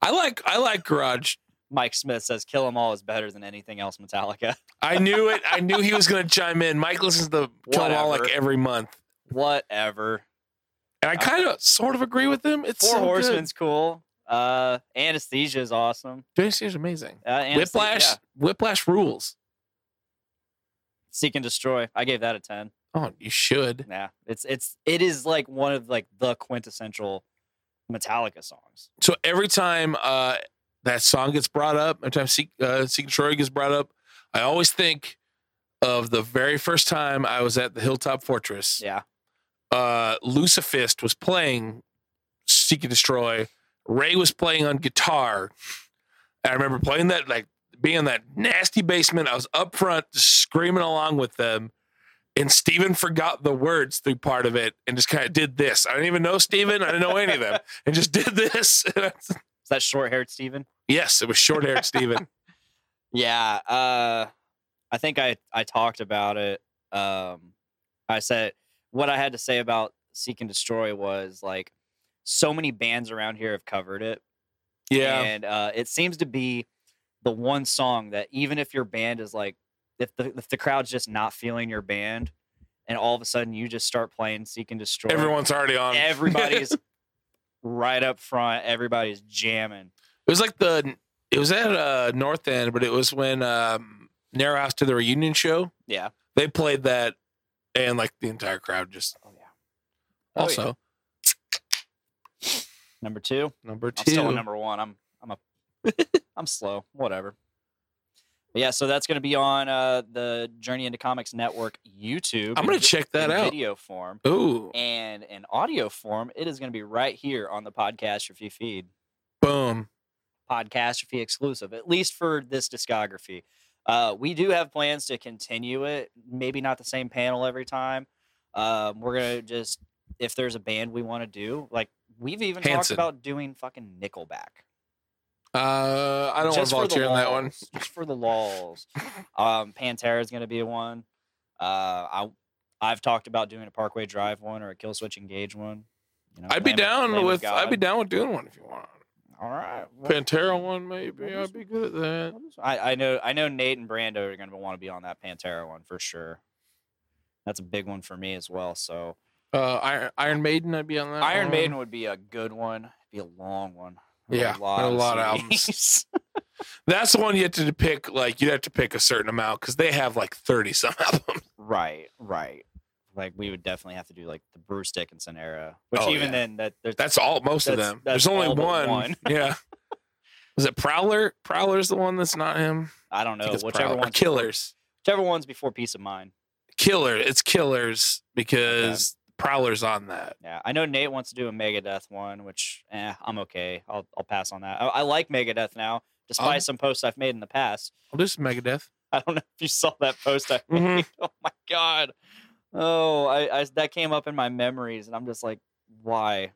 Speaker 5: I like I like Garage.
Speaker 4: Mike Smith says "Kill 'Em All" is better than anything else Metallica.
Speaker 5: I knew it. I knew he was going to chime in. Mike listens to Kill 'Em All like
Speaker 4: Whatever.
Speaker 5: every month,
Speaker 4: Whatever.
Speaker 5: and I kind of sort of agree with him. It's
Speaker 4: Four
Speaker 5: so good.
Speaker 4: Horsemen's cool. Uh, anesthesia is awesome.
Speaker 5: Jason is amazing.
Speaker 4: Uh, Anesthesia-
Speaker 5: Whiplash,
Speaker 4: yeah.
Speaker 5: Whiplash rules.
Speaker 4: seek and destroy. I gave that a ten.
Speaker 5: Oh, you should.
Speaker 4: Yeah, it's it's it is like one of like the quintessential Metallica songs.
Speaker 5: So every time uh, that song gets brought up, every time Seek, uh, Seek and Destroy gets brought up, I always think of the very first time I was at the Hilltop Fortress.
Speaker 4: Yeah,
Speaker 5: uh, Lucifist was playing Seek and Destroy. Ray was playing on guitar, And I remember playing that, like being in that nasty basement. I was up front just screaming along with them. And Steven forgot the words through part of it and just kind of did this. I didn't even know Steven. I didn't know any of them. And just did this. <laughs> And I-
Speaker 4: Is that short haired Steven?
Speaker 5: yes, it was short haired Steven.
Speaker 4: Yeah. Uh, I think I, I talked about it. Um, I said what I had to say about Seek and Destroy was like so many bands around here have covered it.
Speaker 5: Yeah.
Speaker 4: And uh, it seems to be the one song that even if your band is like, if the, if the crowd's just not feeling your band and all of a sudden you just start playing Seek and Destroy,
Speaker 5: Everyone's already on. <laughs>
Speaker 4: everybody's right up front, everybody's jamming.
Speaker 5: It was like the it was at uh North End, but it was when um Narrow House did the reunion show.
Speaker 4: Yeah.
Speaker 5: They played that and like the entire crowd just
Speaker 4: Oh, yeah. Oh,
Speaker 5: also
Speaker 4: Number two.
Speaker 5: number
Speaker 4: I'm
Speaker 5: 2
Speaker 4: still on number one. I'm I'm a
Speaker 5: <laughs>
Speaker 4: I'm slow. Whatever. But yeah, so that's gonna be on uh, the Journey into Comics Network YouTube.
Speaker 5: I'm
Speaker 4: in
Speaker 5: gonna
Speaker 4: vi-
Speaker 5: check that
Speaker 4: in
Speaker 5: out.
Speaker 4: Video form
Speaker 5: Ooh.
Speaker 4: and in audio form, it is gonna be right here on the Podcastrophy feed.
Speaker 5: Boom.
Speaker 4: Podcastrophy exclusive, at least for this discography. Uh, we do have plans to continue it. Maybe not the same panel every time. Um, we're gonna just if there's a band we want to do, like we've even
Speaker 5: Hanson.
Speaker 4: talked about doing fucking Nickelback.
Speaker 5: Uh I don't want to
Speaker 4: Just for the
Speaker 5: volunteer on that one.
Speaker 4: lulz, Just for the
Speaker 5: <laughs>
Speaker 4: lulz. um, Pantera is going to be one. Uh, I I've talked about doing a Parkway Drive one or a Kill Switch Engage one. You know,
Speaker 5: I'd be
Speaker 4: Lamb of- Lamb
Speaker 5: down
Speaker 4: of
Speaker 5: with I'd be
Speaker 4: God.
Speaker 5: down with doing one if you want.
Speaker 4: All right. well,
Speaker 5: Pantera one maybe.
Speaker 4: what is-
Speaker 5: I'd be good at that.
Speaker 4: what is- I, I know I know Nate and Brando are going to want to be on that Pantera one for sure. That's a big one for me as well. So
Speaker 5: Uh Iron, Iron Maiden I'd be on that.
Speaker 4: Iron
Speaker 5: one.
Speaker 4: Maiden would be a good one. It'd be a long one. There's
Speaker 5: Yeah, there are
Speaker 4: <laughs>
Speaker 5: a lot of albums.
Speaker 4: CDs.
Speaker 5: That's the one you have to pick like you have to pick a certain amount cuz they have like 30 <laughs> some albums.
Speaker 4: Right, right. Like we would definitely have to do like the Bruce Dickinson era, which
Speaker 5: Oh,
Speaker 4: even
Speaker 5: yeah.
Speaker 4: then that there's
Speaker 5: That's all. Most of
Speaker 4: That's-
Speaker 5: them.
Speaker 4: that's
Speaker 5: There's only
Speaker 4: all but one.
Speaker 5: one.
Speaker 4: <laughs>
Speaker 5: Yeah. Is it Prowler? Prowler's the one that's not him.
Speaker 4: I don't
Speaker 5: I think
Speaker 4: know
Speaker 5: it's
Speaker 4: whichever
Speaker 5: Prowler. Or <laughs>
Speaker 4: one's
Speaker 5: Killers.
Speaker 4: whichever one's before Peace of Mind.
Speaker 5: Killer. It's Killers because Prowler's on that.
Speaker 4: Yeah, I know Nate wants to do a Megadeth one, which eh, I'm okay. I'll I'll pass on that. I, I like Megadeth now, despite
Speaker 5: Um,
Speaker 4: some posts I've made in the past. <laughs>
Speaker 5: I'll do some Megadeth.
Speaker 4: I don't know if you saw that post I made.
Speaker 5: Mhm.
Speaker 4: <laughs> Oh my god! Oh, I, I that came up in my memories, and I'm just like, why?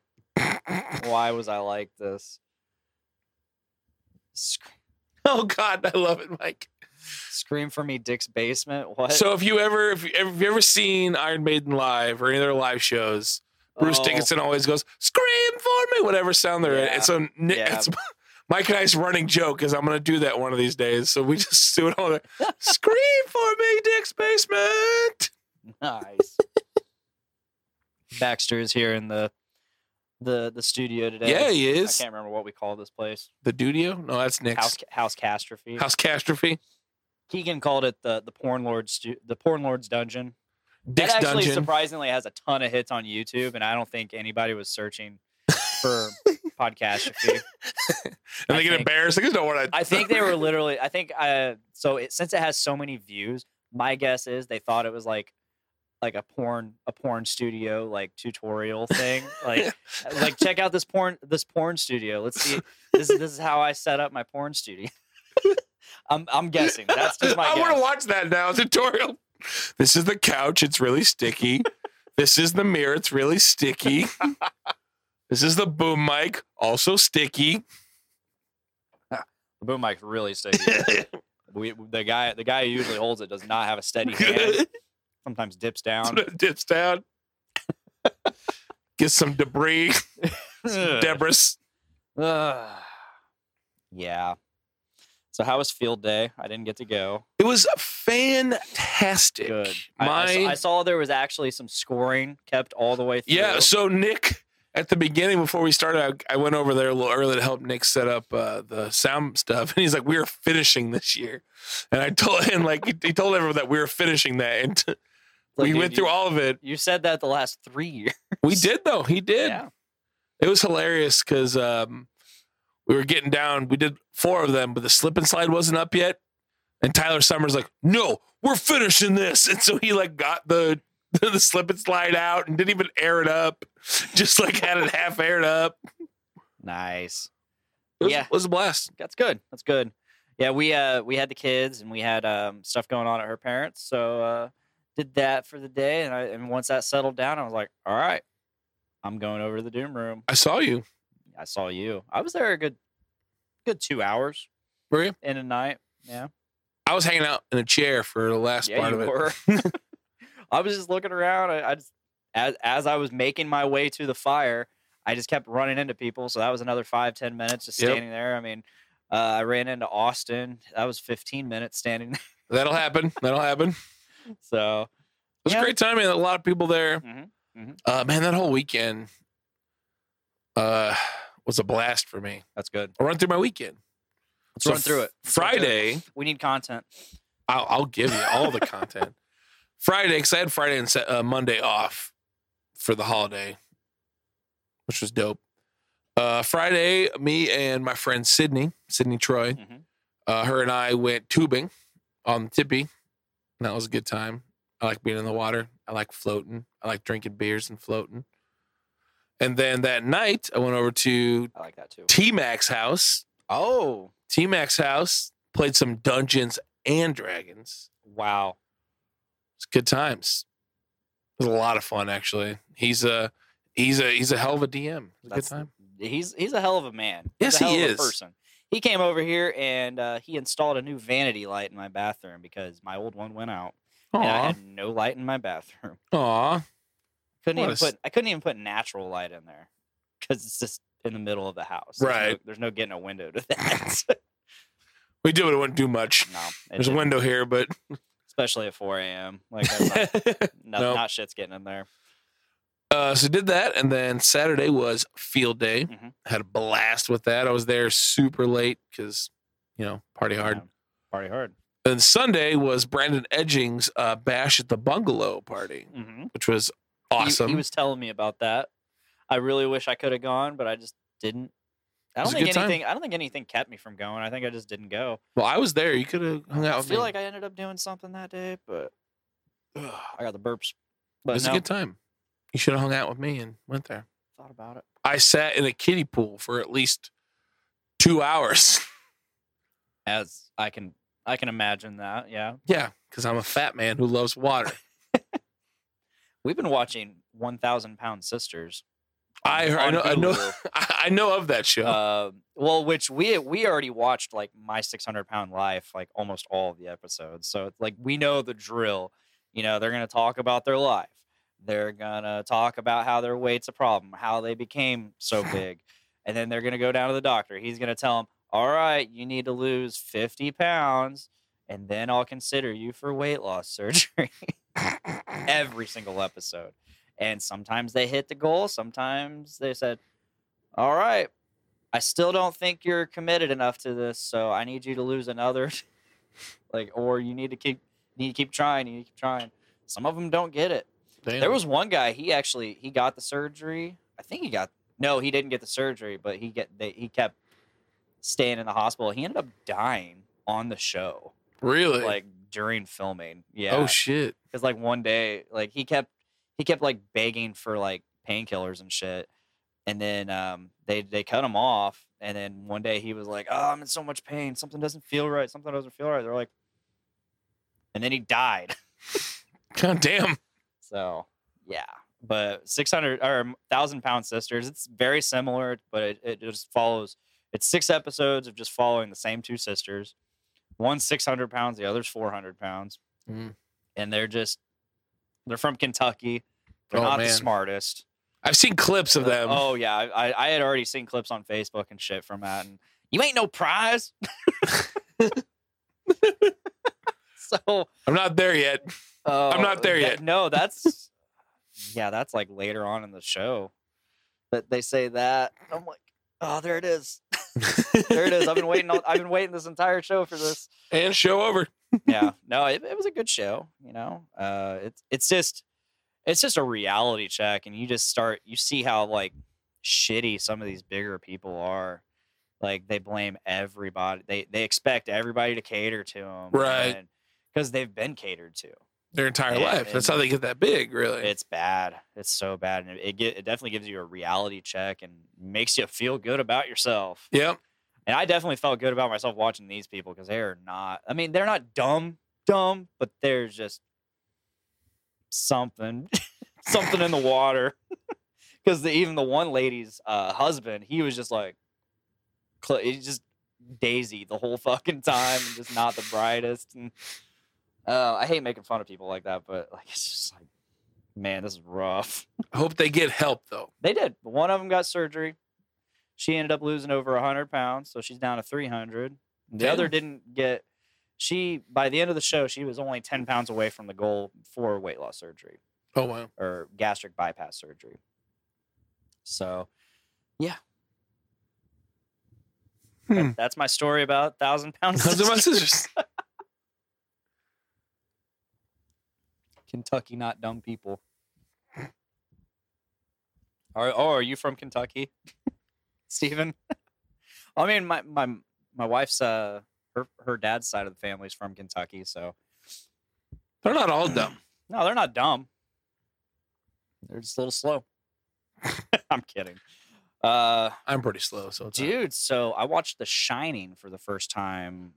Speaker 4: Why was I like this? Sc-
Speaker 5: <laughs> oh God, I love it, Mike.
Speaker 4: Scream for me, Dick's basement. <laughs> What?
Speaker 5: So if you ever, if you ever, if you ever seen Iron Maiden live or any of their live shows, Bruce
Speaker 4: Oh,
Speaker 5: Dickinson always goes "Scream for me," whatever sound they're in.
Speaker 4: Yeah.
Speaker 5: And so Ni-
Speaker 4: Yeah.
Speaker 5: it's, <laughs> Mike and I's running joke is I'm going to do that one of these days. So we just <laughs> do it all. There.
Speaker 4: <laughs>
Speaker 5: Scream for me, Dick's basement.
Speaker 4: <laughs> Nice. Baxter is here in the the the studio today.
Speaker 5: Yeah, he
Speaker 4: I
Speaker 5: is.
Speaker 4: can't remember what we call this place.
Speaker 5: The Dudio? No, that's Nick's.
Speaker 4: House
Speaker 5: House,
Speaker 4: House Castrophe.
Speaker 5: Catastrophe.
Speaker 4: Keegan called it the the porn lord stu- the porn lord's dungeon.
Speaker 5: Dick's
Speaker 4: that actually
Speaker 5: Dungeon.
Speaker 4: surprisingly has a ton of hits on YouTube, and I don't think anybody was
Speaker 5: <laughs>
Speaker 4: searching for podcastrophe.
Speaker 5: and
Speaker 4: I
Speaker 5: they get
Speaker 4: think-
Speaker 5: embarrassed. They just don't want to.
Speaker 4: I think they were literally. I think uh, so. It, since it has so many views, my guess is they thought it was like like a porn a porn studio like tutorial thing. Like uh, like check out this porn this porn studio. Let's see. This is this is how I set up my porn studio. <laughs> I'm I'm guessing. That's just my
Speaker 5: <laughs> I want
Speaker 4: guess.
Speaker 5: to watch that now. Tutorial. This is the couch. It's really sticky. this is the mirror. It's really sticky.
Speaker 4: <laughs>
Speaker 5: this is the boom mic. Also sticky.
Speaker 4: The boom mic's really sticky. we the guy the guy who usually holds it does not have a
Speaker 5: <laughs>
Speaker 4: steady hand.
Speaker 5: It's
Speaker 4: Sometimes dips down.
Speaker 5: <laughs> when it Dips down. Get some debris, debris.
Speaker 4: Ugh. yeah. So how was field day? I didn't get to go.
Speaker 5: It was fantastic.
Speaker 4: Good. I-
Speaker 5: My
Speaker 4: I, saw- I, saw there was actually some scoring kept all the way through.
Speaker 5: Yeah. So Nick, at the beginning before we started, I, I went over there a little early to help Nick set up uh, the sound stuff, <laughs> and he's like, "We are finishing this year," and I told him like he, he told everyone that we were finishing that, and <laughs> t-
Speaker 4: Like,
Speaker 5: we
Speaker 4: dude,
Speaker 5: went
Speaker 4: you-
Speaker 5: through all of it.
Speaker 4: You said that the last three years.
Speaker 5: We did though. He did.
Speaker 4: Yeah.
Speaker 5: It was hilarious because um, we were getting down. We did four of them, but the slip and slide wasn't up yet. And Tyler Summers like, no, we're finishing this. And so he like got the <laughs> the slip and slide out and didn't <laughs> even air it up. Just like had it half aired up.
Speaker 4: Nice.
Speaker 5: It was,
Speaker 4: Yeah.
Speaker 5: it was a blast.
Speaker 4: That's good. That's good. Yeah, we uh we had the kids and we had um stuff going on at her parents, so uh did that for the day and I and once that settled down, I was like, "All right. I'm going over to the doom room.
Speaker 5: I saw you.
Speaker 4: I saw you. I was there a good good 2 hours
Speaker 5: Were you?
Speaker 4: in a night. Yeah.
Speaker 5: I was hanging out in a chair for the last
Speaker 4: yeah,
Speaker 5: part
Speaker 4: you
Speaker 5: of it.
Speaker 4: were. <laughs> I was just looking around. I, I just as as I was making my way to the fire, I just kept running into people. So that was another five ten minutes just
Speaker 5: Yep.
Speaker 4: standing there. I mean, uh, I ran into Austin. That was fifteen minutes standing <laughs> there.
Speaker 5: <laughs> That'll happen. That'll happen. It
Speaker 4: So
Speaker 5: was
Speaker 4: Yeah.
Speaker 5: a great time and a lot of people there.
Speaker 4: Mhm, mhm.
Speaker 5: Uh, man, that whole weekend uh, was a blast for me.
Speaker 4: that's good.
Speaker 5: I'll run through my weekend.
Speaker 4: Let's
Speaker 5: So
Speaker 4: run through it. Let's run through it.
Speaker 5: Friday,
Speaker 4: We need content.
Speaker 5: I'll, I'll give you all the
Speaker 4: <laughs>
Speaker 5: content. Friday, because I had Friday and Sa- uh, Monday off for the holiday, which was dope. Uh, Friday, me and my friend Sydney, Sydney Troy,
Speaker 4: Mhm.
Speaker 5: uh, her and I went tubing on the tippy. And that was a good time. I like being in the water. I like floating. I like drinking beers and floating. And then that night, I went over to
Speaker 4: I like that too.
Speaker 5: T Mac's house.
Speaker 4: Oh
Speaker 5: T Mac's house played some Dungeons and Dragons.
Speaker 4: wow.
Speaker 5: It's good times. It was a lot of fun actually. He's a he's a he's a hell of a DM. It was a good
Speaker 4: That's-
Speaker 5: time.
Speaker 4: He's he's a hell of a man. He's
Speaker 5: Yes,
Speaker 4: a hell
Speaker 5: he
Speaker 4: of a
Speaker 5: is.
Speaker 4: person. He came over here and uh, he installed a new vanity light in my bathroom because my old one went out. and I
Speaker 5: Aw,
Speaker 4: had no light in my bathroom.
Speaker 5: aw.
Speaker 4: Couldn't
Speaker 5: What
Speaker 4: even
Speaker 5: a s-
Speaker 4: put I couldn't even put natural light in there because it's just in the middle of the house. There's no-
Speaker 5: Right.
Speaker 4: there's no getting a window to <laughs> that.
Speaker 5: <laughs> We do it. It wouldn't do much.
Speaker 4: no, it
Speaker 5: There's a
Speaker 4: didn't,
Speaker 5: window here, but <laughs>
Speaker 4: especially at 4 a.m. Like that's not, no,
Speaker 5: Nope.
Speaker 4: not shit's getting in there.
Speaker 5: uh, so did that, and then Saturday was field day.
Speaker 4: Mhm.
Speaker 5: Had a blast with that. I was there super late because you know party hard.
Speaker 4: Um, party hard.
Speaker 5: And Sunday was Brandon Edging's uh, bash at the bungalow party,
Speaker 4: Mm-hmm.
Speaker 5: which was
Speaker 4: He-
Speaker 5: awesome.
Speaker 4: He, was telling me about that. I really wish I could have gone, but I just didn't. I
Speaker 5: It was
Speaker 4: don't
Speaker 5: a
Speaker 4: think
Speaker 5: good time.
Speaker 4: anything. I don't think anything kept me from going. I think I just didn't go.
Speaker 5: well, I was there. You could have hung out.
Speaker 4: I
Speaker 5: with
Speaker 4: feel
Speaker 5: me.
Speaker 4: like I ended up doing something that day, but ugh, I got the burps.
Speaker 5: it
Speaker 4: But
Speaker 5: was
Speaker 4: no,
Speaker 5: a good time. You should have hung out with me and went there.
Speaker 4: thought about it.
Speaker 5: I sat in a kiddie pool for at least two hours. <laughs>
Speaker 4: As I can, I can imagine that. Yeah,
Speaker 5: yeah, because I'm a fat man who
Speaker 4: <laughs>
Speaker 5: loves water.
Speaker 4: we've been watching One Thousand Pound Sisters.
Speaker 5: I heard, I
Speaker 4: on
Speaker 5: know, I know,
Speaker 4: Hulu.
Speaker 5: <laughs> I I know of that show.
Speaker 4: Uh, well, which we we already watched like my 600 pound life, like almost all of the episodes. So it's like we know the drill. You know, they're gonna talk about their life. They're gonna talk about how their weight's a problem, how they became so big, and then they're gonna go down to the doctor. He's gonna tell them, "All right, you need to lose 50 pounds, and then I'll consider you for weight loss <laughs> surgery." Every single episode. And sometimes they hit the goal. Sometimes they said, "All right, I still don't think you're committed enough to this, so I need you to lose another. <laughs> like, or you need to keep need to keep trying, you need to keep trying. Some of them don't get it.
Speaker 5: Damn.
Speaker 4: There was one guy, he actually he got the surgery. I think he got no, he didn't get the surgery, but he get they, he kept staying in the hospital. He ended up dying on the show,
Speaker 5: really
Speaker 4: like during filming. Yeah
Speaker 5: oh shit.
Speaker 4: because like one day like he kept he kept like begging for like painkillers and shit and then um they they cut him off and then one day he was like oh i'm in so much pain something doesn't feel right something doesn't feel right they're like and then he died
Speaker 5: God damn.
Speaker 4: so yeah but 600 or 1000 pound sisters it's very similar but it, it just follows it's six episodes of just following the same two sisters one's 600 pounds the other's 400 pounds
Speaker 5: Mm.
Speaker 4: and they're just they're from kentucky they're
Speaker 5: Oh,
Speaker 4: not the
Speaker 5: man.
Speaker 4: smartest
Speaker 5: I've seen clips of
Speaker 4: Uh,
Speaker 5: them.
Speaker 4: oh yeah I, I- I had already seen clips on facebook and shit from that and you ain't no
Speaker 5: <laughs>
Speaker 4: prize <laughs> so
Speaker 5: I'm not there yet.
Speaker 4: Oh,
Speaker 5: not there
Speaker 4: that-
Speaker 5: yet.
Speaker 4: No, that's <laughs> yeah, that's like later on in the show that they say that. I'm like, oh, there it is, <laughs> there it is. I've been waiting. All, I've been waiting this entire show for this.
Speaker 5: and show over.
Speaker 4: Yeah, no, it, it was a good show. You know, uh, it's it's just it's just a reality check, and you just start you see how like shitty some of these bigger people are. Like they blame everybody. They they expect everybody to cater to them,
Speaker 5: Right.
Speaker 4: Because they've been catered to.
Speaker 5: Their entire
Speaker 4: Yeah,
Speaker 5: life. That's
Speaker 4: and-
Speaker 5: how they get that big, really.
Speaker 4: It's bad. It's so bad, and it it, get, it definitely gives you a reality check and makes you feel good about yourself.
Speaker 5: yep.
Speaker 4: And I definitely felt good about myself watching these people because they are not. I mean, they're not dumb, dumb, but there's just something, <laughs> something in the water. <laughs> Because even the one lady's uh, husband, he was just like, cl- he just Daisy the whole fucking time, and just not the brightest. And uh, I hate making fun of people like that, but like it's just like, man, this is rough.
Speaker 5: I hope they get help though.
Speaker 4: They did. One of them got surgery. She ended up losing over 100 pounds, so she's down to 300. The
Speaker 5: Damn.
Speaker 4: other didn't get. She by the end of the show, she was only 10 pounds away from the goal for weight loss surgery
Speaker 5: Oh wow.
Speaker 4: or gastric bypass surgery. So, yeah. That-
Speaker 5: Hmm.
Speaker 4: That's my story about thousand pounds.
Speaker 5: Those are my sisters.
Speaker 4: Kentucky, not dumb people. Are, oh, are you from Kentucky, <laughs> Stephen? <laughs> I mean, my my my wife's uh her her dad's side of the family's from Kentucky, so
Speaker 5: They're not all dumb.
Speaker 4: no, they're not dumb. They're just a little slow. <laughs> I'm kidding. Uh,
Speaker 5: I'm pretty slow, so it's
Speaker 4: dude, so I watched The Shining for the first time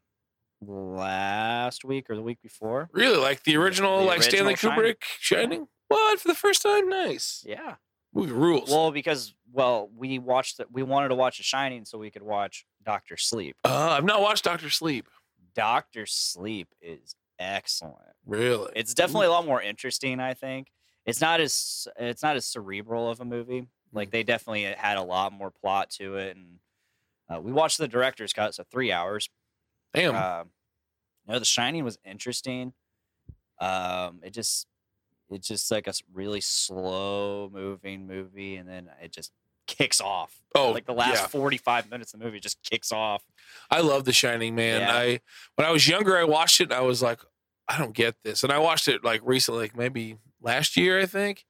Speaker 4: last week or the week before.
Speaker 5: really like the original,
Speaker 4: The
Speaker 5: like Stanley
Speaker 4: original
Speaker 5: Kubrick Shining. What for the first time? Nice
Speaker 4: Yeah.
Speaker 5: movie rules.
Speaker 4: Well, because well, we watched that. We wanted to watch The Shining so we could watch Doctor Sleep.
Speaker 5: uh, I've not watched Doctor Sleep.
Speaker 4: Doctor Sleep is excellent.
Speaker 5: Really,
Speaker 4: It's definitely a lot more interesting. I think it's not as it's not as cerebral of a movie. Like they definitely had a lot more plot to it, and uh, we watched the director's cut, so three hours.
Speaker 5: damn.
Speaker 4: Um, no, The Shining was interesting. Um, it just it's just like a s- really slow moving movie, and then it just kicks off.
Speaker 5: oh,
Speaker 4: like the last
Speaker 5: yeah.
Speaker 4: 45 minutes of the movie just kicks off.
Speaker 5: I love The Shining, man.
Speaker 4: Yeah.
Speaker 5: I when I was younger, I watched it. and I was like, I don't get this, and I watched it like recently, like maybe last year, I think.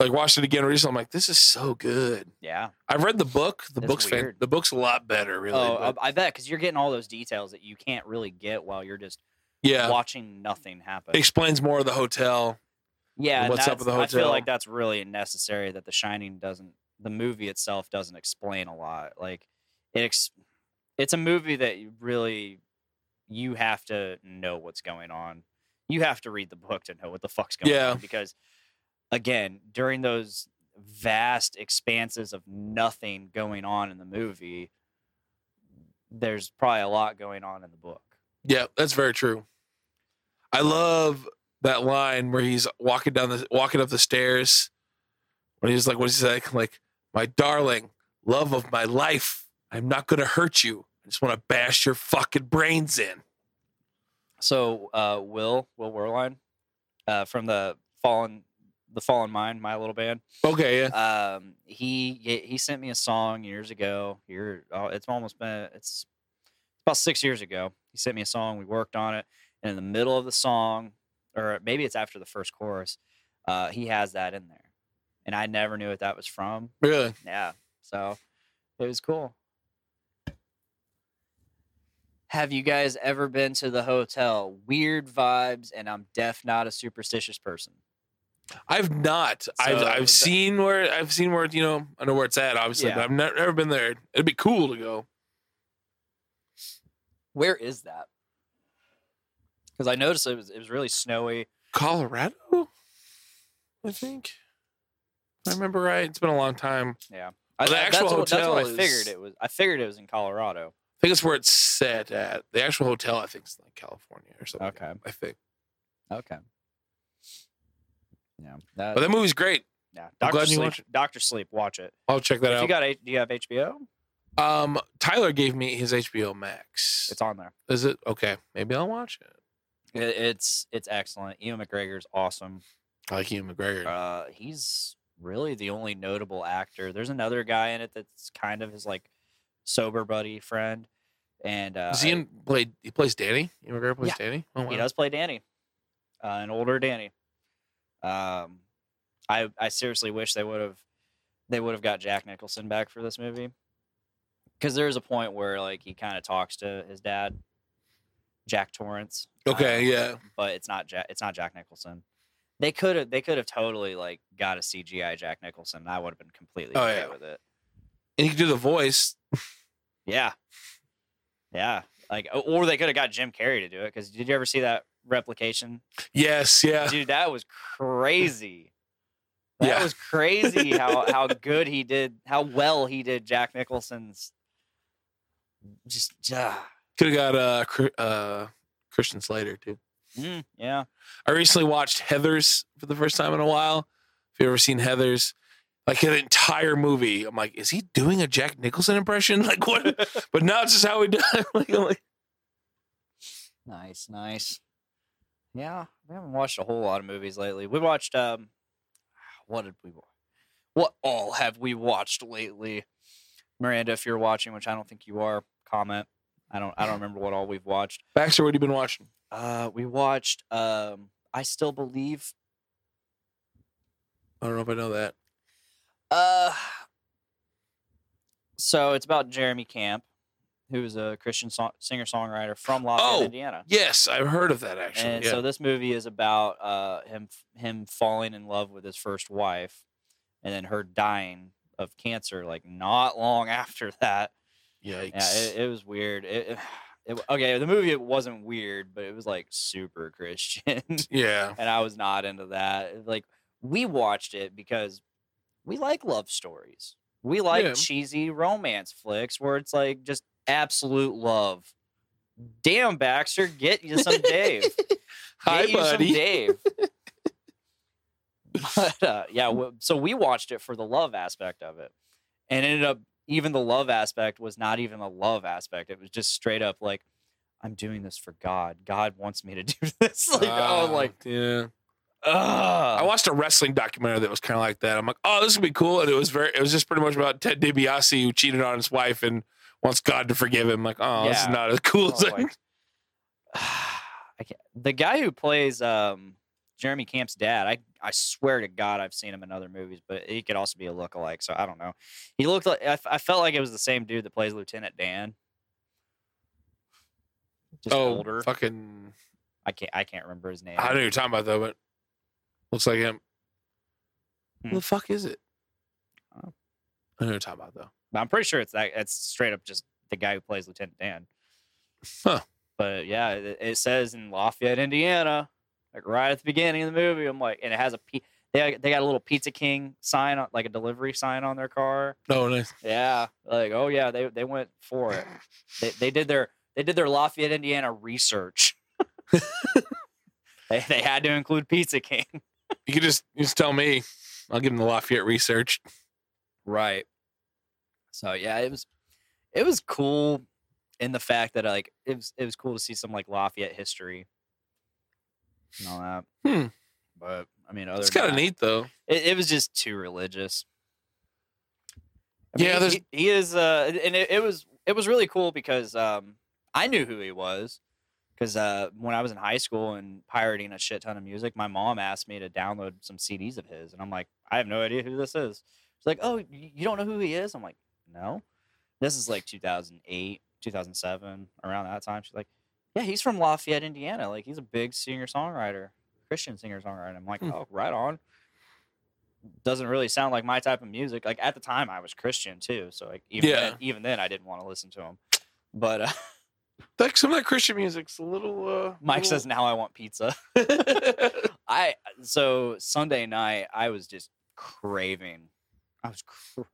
Speaker 5: Like watched it again recently. I'm like, this is so good.
Speaker 4: Yeah.
Speaker 5: I've read the book. The
Speaker 4: That's
Speaker 5: book's fan-
Speaker 4: weird.
Speaker 5: the book's a lot better, really.
Speaker 4: oh,
Speaker 5: but-
Speaker 4: I, I bet because you're getting all those details that you can't really get while you're just
Speaker 5: yeah,
Speaker 4: watching nothing happen.
Speaker 5: explains more of the hotel.
Speaker 4: yeah. and
Speaker 5: what's up
Speaker 4: that's-
Speaker 5: with the
Speaker 4: I feel like
Speaker 5: hotel.
Speaker 4: that's really necessary that The Shining doesn't, the movie itself doesn't explain a lot. Like it, ex- it's a movie that you really, you have to know what's going on. You have to read the book to know what the fuck's going
Speaker 5: Yeah.
Speaker 4: on because, again, during those vast expanses of nothing going on in the movie, there's probably a lot going on in the book.
Speaker 5: Yeah, that's very true. I love that line where he's walking down the walking up the stairs. When he's like, what is he like? Like, my darling, love of my life, I'm not gonna hurt you. I just want to bash your fucking brains in.
Speaker 4: So, uh, Will Will Werlein, uh, from the Fallen the Fallen Mind, my little band,
Speaker 5: Okay, yeah.
Speaker 4: um, he he- he sent me a song years ago. Here, oh, it's almost been it's about six years ago. He sent me a song. We worked on it, and in the middle of the song, or maybe it's after the first chorus, uh, he has that in there, and I never knew what that was from.
Speaker 5: Really?
Speaker 4: Yeah. So it was cool. Have you guys ever been to the hotel? Weird vibes, and I'm deaf, not a superstitious person.
Speaker 5: I've not. I've
Speaker 4: So
Speaker 5: I've
Speaker 4: the-
Speaker 5: seen where I've seen where you know I know where it's at. Obviously, but
Speaker 4: Yeah.
Speaker 5: I've never, never been there. It'd be cool to go.
Speaker 4: Where is that? Because I noticed it was it was really snowy.
Speaker 5: Colorado, I think. If I remember right. It's been a long time.
Speaker 4: I,
Speaker 5: Well, the
Speaker 4: I-
Speaker 5: actual
Speaker 4: that's what, that's what
Speaker 5: hotel
Speaker 4: I
Speaker 5: is-
Speaker 4: figured it was. I figured it was in Colorado.
Speaker 5: I think it's where it's set at. The actual hotel, I think, is like California or something.
Speaker 4: Okay.
Speaker 5: I think.
Speaker 4: Okay. Yeah. That,
Speaker 5: But that movie's great.
Speaker 4: yeah.
Speaker 5: I'm
Speaker 4: Doctor
Speaker 5: glad you um
Speaker 4: Sleep.
Speaker 5: watched
Speaker 4: Doctor Sleep. Watch it.
Speaker 5: I'll check that
Speaker 4: if you
Speaker 5: out.
Speaker 4: got, H- do you have HBO?
Speaker 5: um, Tyler gave me his HBO Max.
Speaker 4: It's on there.
Speaker 5: is it okay? Maybe I'll watch it.
Speaker 4: It, it's it's excellent. Ewan McGregor's awesome.
Speaker 5: I like Hugh McGregor.
Speaker 4: Uh, he's really the only notable actor. There's another guy in it that's kind of his like sober buddy friend, and uh,
Speaker 5: Does he in, play? He plays Danny. Hugh McGregor plays Danny. Oh,
Speaker 4: he
Speaker 5: wow.
Speaker 4: does play Danny, uh, an older Danny. Um, I I seriously wish they would have they would have got Jack Nicholson back for this movie because there is a point where like he kind of talks to his dad, Jack Torrance. Um,
Speaker 5: Okay, yeah.
Speaker 4: but it's not Jack. It's not Jack Nicholson. They could have they could have totally like got a CGI Jack Nicholson. and I would have been completely
Speaker 5: Oh,
Speaker 4: okay
Speaker 5: yeah.
Speaker 4: with it.
Speaker 5: And he can do the voice.
Speaker 4: Yeah. Yeah. Like, o- or they could have got Jim Carrey to do it. Because did you ever see that replication?
Speaker 5: Yes, yeah.
Speaker 4: Dude, that was <laughs> crazy. That
Speaker 5: Yeah.
Speaker 4: was crazy how <laughs> how good he did, how well he did Jack Nicholson's. Just, ah,
Speaker 5: Could have got uh, Cr- uh Christian Slater too.
Speaker 4: mm, yeah.
Speaker 5: I recently watched Heather's for the first time in a while. If you ever seen Heather's, like an entire movie, I'm like, is he doing a Jack Nicholson impression? <laughs> Like what? but now it's just how he does. <laughs> like, I'm like,
Speaker 4: Nice, nice. Yeah, we haven't watched a whole lot of movies lately. We watched um, what did we watch? What all have we watched lately? Miranda, if you're watching, which I don't think you are, comment. I don't. I <laughs> don't remember what all we've watched.
Speaker 5: Baxter, what have you been watching?
Speaker 4: Uh, we watched um, I still believe.
Speaker 5: I don't know if I know that.
Speaker 4: Uh, so it's about Jeremy Camp, who is a Christian so- singer songwriter from Lafayette,
Speaker 5: Oh,
Speaker 4: Indiana.
Speaker 5: Yes, I've heard of that actually.
Speaker 4: And
Speaker 5: yeah.
Speaker 4: so this movie is about uh, him him falling in love with his first wife, and then her dying of cancer like not long <laughs> after that.
Speaker 5: Yikes.
Speaker 4: Yeah, it, it was weird. It, <sighs> it- it- okay, the movie it wasn't weird, but it was like super Christian, <laughs> and
Speaker 5: yeah.
Speaker 4: I was not into that. It- Like we watched it because we like love stories. We like
Speaker 5: Yeah.
Speaker 4: cheesy romance flicks where it's like just absolute love. Damn, Baxter, get you some Dave.
Speaker 5: <laughs> Hi,
Speaker 4: Get you some
Speaker 5: buddy.
Speaker 4: Dave.
Speaker 5: <laughs>
Speaker 4: but uh, yeah, w- so we watched it for the love aspect of it, and ended up even the love aspect was not even a love aspect. It was just straight up like, I'm doing this for God. God wants me to do <laughs> this. <laughs> like, I was
Speaker 5: Ah,
Speaker 4: like, uh,
Speaker 5: yeah. I
Speaker 4: ugh.
Speaker 5: watched a wrestling documentary that was kind of like that. I'm like, oh, this would be cool, and it was very. It was just pretty much about Ted DiBiase who cheated on his wife and wants God to forgive him. Like, oh, this is
Speaker 4: Yeah.
Speaker 5: not as cool
Speaker 4: was
Speaker 5: as I-
Speaker 4: like, <sighs> I can't. The guy who plays um, Jeremy Camp's dad, I I swear to God, I've seen him in other movies, but he could also be a lookalike. So I don't know. He looked like I, f- I felt like it was the same dude that plays Lieutenant Dan. Just
Speaker 5: oh,
Speaker 4: older.
Speaker 5: fucking.
Speaker 4: I can't. I can't remember his name.
Speaker 5: I don't know what you're talking about though, but looks like him.
Speaker 4: Hmm.
Speaker 5: Who the fuck is it? I
Speaker 4: Oh.
Speaker 5: don't know what you're talking about though.
Speaker 4: But I'm pretty sure it's that. It's straight up just the guy who plays Lieutenant Dan.
Speaker 5: Huh.
Speaker 4: But yeah, it, it says in Lafayette, Indiana, like right at the beginning of the movie. I'm like, and it has a p. They they got a little Pizza King sign on, like a delivery sign on their car.
Speaker 5: Oh, nice.
Speaker 4: Yeah, like oh yeah, they they went for it. They they did their they did their Lafayette, Indiana research. <laughs> they they had to include Pizza King.
Speaker 5: You could just you just tell me. I'll give him the Lafayette research.
Speaker 4: Right. So yeah, it was it was cool in the fact that like it was it was cool to see some like Lafayette history and all that.
Speaker 5: Hmm.
Speaker 4: But I mean, other
Speaker 5: It's
Speaker 4: than
Speaker 5: kind of
Speaker 4: that,
Speaker 5: neat though.
Speaker 4: It, it was just too religious.
Speaker 5: Yeah,
Speaker 4: he-
Speaker 5: there's-
Speaker 4: he, he is, uh, and it, it was it was really cool because um, I knew who he was because uh, when I was in high school and pirating a shit ton of music, my mom asked me to download some CDs of his, and I'm like, I have no idea who this is. She's like, Oh, y- you don't know who he is? I'm like, No. This is like 2008, 2007, around that time. She's like, Yeah, he's from Lafayette, Indiana. Like, he's a big singer songwriter, Christian singer songwriter. I'm like,
Speaker 5: Hmm.
Speaker 4: Oh, right on doesn't really sound like my type of music. Like at the time, I was Christian too, so like even
Speaker 5: Yeah.
Speaker 4: then, even then, I didn't want to listen to him. But uh, <laughs>
Speaker 5: Like some of that Christian music's a little. Uh,
Speaker 4: Mike
Speaker 5: little-
Speaker 4: says now I want pizza. <laughs> I so Sunday night I was just craving. I was. Cra-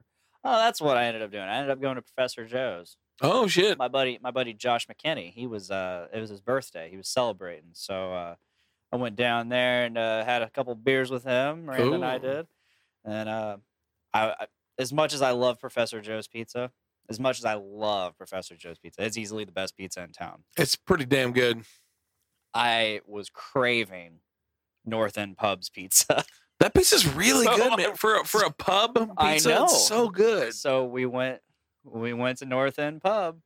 Speaker 4: oh, that's what I ended up doing. I ended up going to Professor Joe's.
Speaker 5: Oh shit!
Speaker 4: My buddy, my buddy Josh McKinney. He was. Uh, it was his birthday. He was celebrating, so uh, I went down there and uh, had a couple beers with him. Miranda and I
Speaker 5: Ooh.
Speaker 4: did, and uh, I, I as much as I love Professor Joe's pizza, as much as I love Professor Joe's pizza, it's easily the best pizza in town.
Speaker 5: It's pretty damn good.
Speaker 4: I was craving North End Pub's pizza. <laughs>
Speaker 5: That pizza's really
Speaker 4: So-
Speaker 5: good, man. For a, for a pub pizza,
Speaker 4: I know.
Speaker 5: it's so good.
Speaker 4: so we went we went to North End Pub.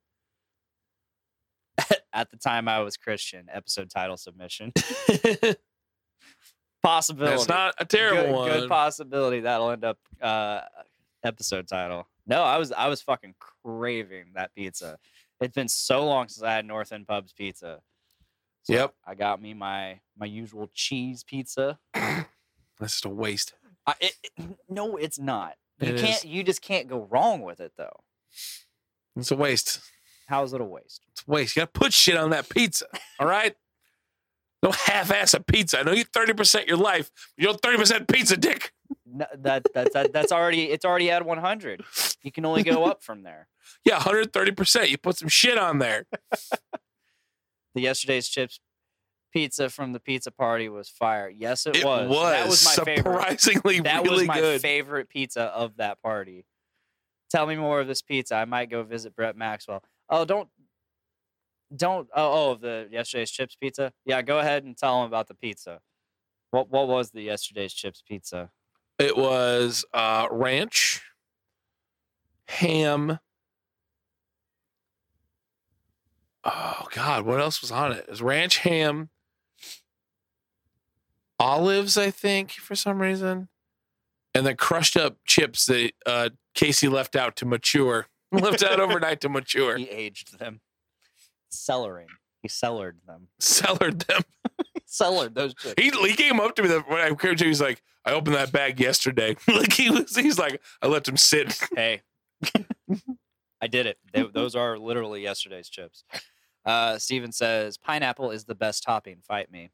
Speaker 4: <laughs> At the time I was Christian, episode title submission. <laughs> Possibility.
Speaker 5: That's not a terrible
Speaker 4: good,
Speaker 5: one.
Speaker 4: good possibility that'll end up uh, episode title. No, I was I was fucking craving that pizza. It's been so long since I had North End Pub's pizza. So
Speaker 5: Yep.
Speaker 4: I got me my my usual cheese pizza.
Speaker 5: That's just a waste.
Speaker 4: I, it, it- no, it's not. You
Speaker 5: It
Speaker 4: can't.
Speaker 5: is.
Speaker 4: You just can't go wrong with it though.
Speaker 5: It's a waste.
Speaker 4: How's it a waste?
Speaker 5: It's a waste. You gotta put shit on that pizza. All right. Don't half-ass a pizza. I know you thirty percent your life. You're thirty percent pizza dick.
Speaker 4: No, that, that, that that's already it's already at 100. You can only go up from there.
Speaker 5: Yeah, one hundred thirty percent. You put some shit on there.
Speaker 4: The yesterday's chips pizza from the pizza party was fire. Yes, it,
Speaker 5: It
Speaker 4: was.
Speaker 5: was,
Speaker 4: That was my favorite.
Speaker 5: surprisingly
Speaker 4: That
Speaker 5: really
Speaker 4: was my
Speaker 5: good.
Speaker 4: favorite pizza of that party. Tell me more of this pizza. I might go visit Brett Maxwell. Oh, don't, don't. Oh, oh, the yesterday's chips pizza. Yeah, go ahead and tell him about the pizza. What what was the yesterday's chips pizza?
Speaker 5: It was uh, ranch, ham. Oh God, what else was on it? It was ranch, ham, olives, I think, for some reason, and then crushed up chips that uh, Casey left out to mature, <laughs> left out overnight
Speaker 4: <laughs>
Speaker 5: to mature,
Speaker 4: He aged them. Cellaring. He cellared them.
Speaker 5: cellared them.
Speaker 4: He cellared those chips.
Speaker 5: He, he came up to me the, when I encouraged him. He's like, "I opened that bag yesterday." <laughs> like he was, he's like, "I left him sit."
Speaker 4: hey, <laughs> I did it. Th- those are literally yesterday's chips. Uh, Steven says pineapple is the best topping. Fight me.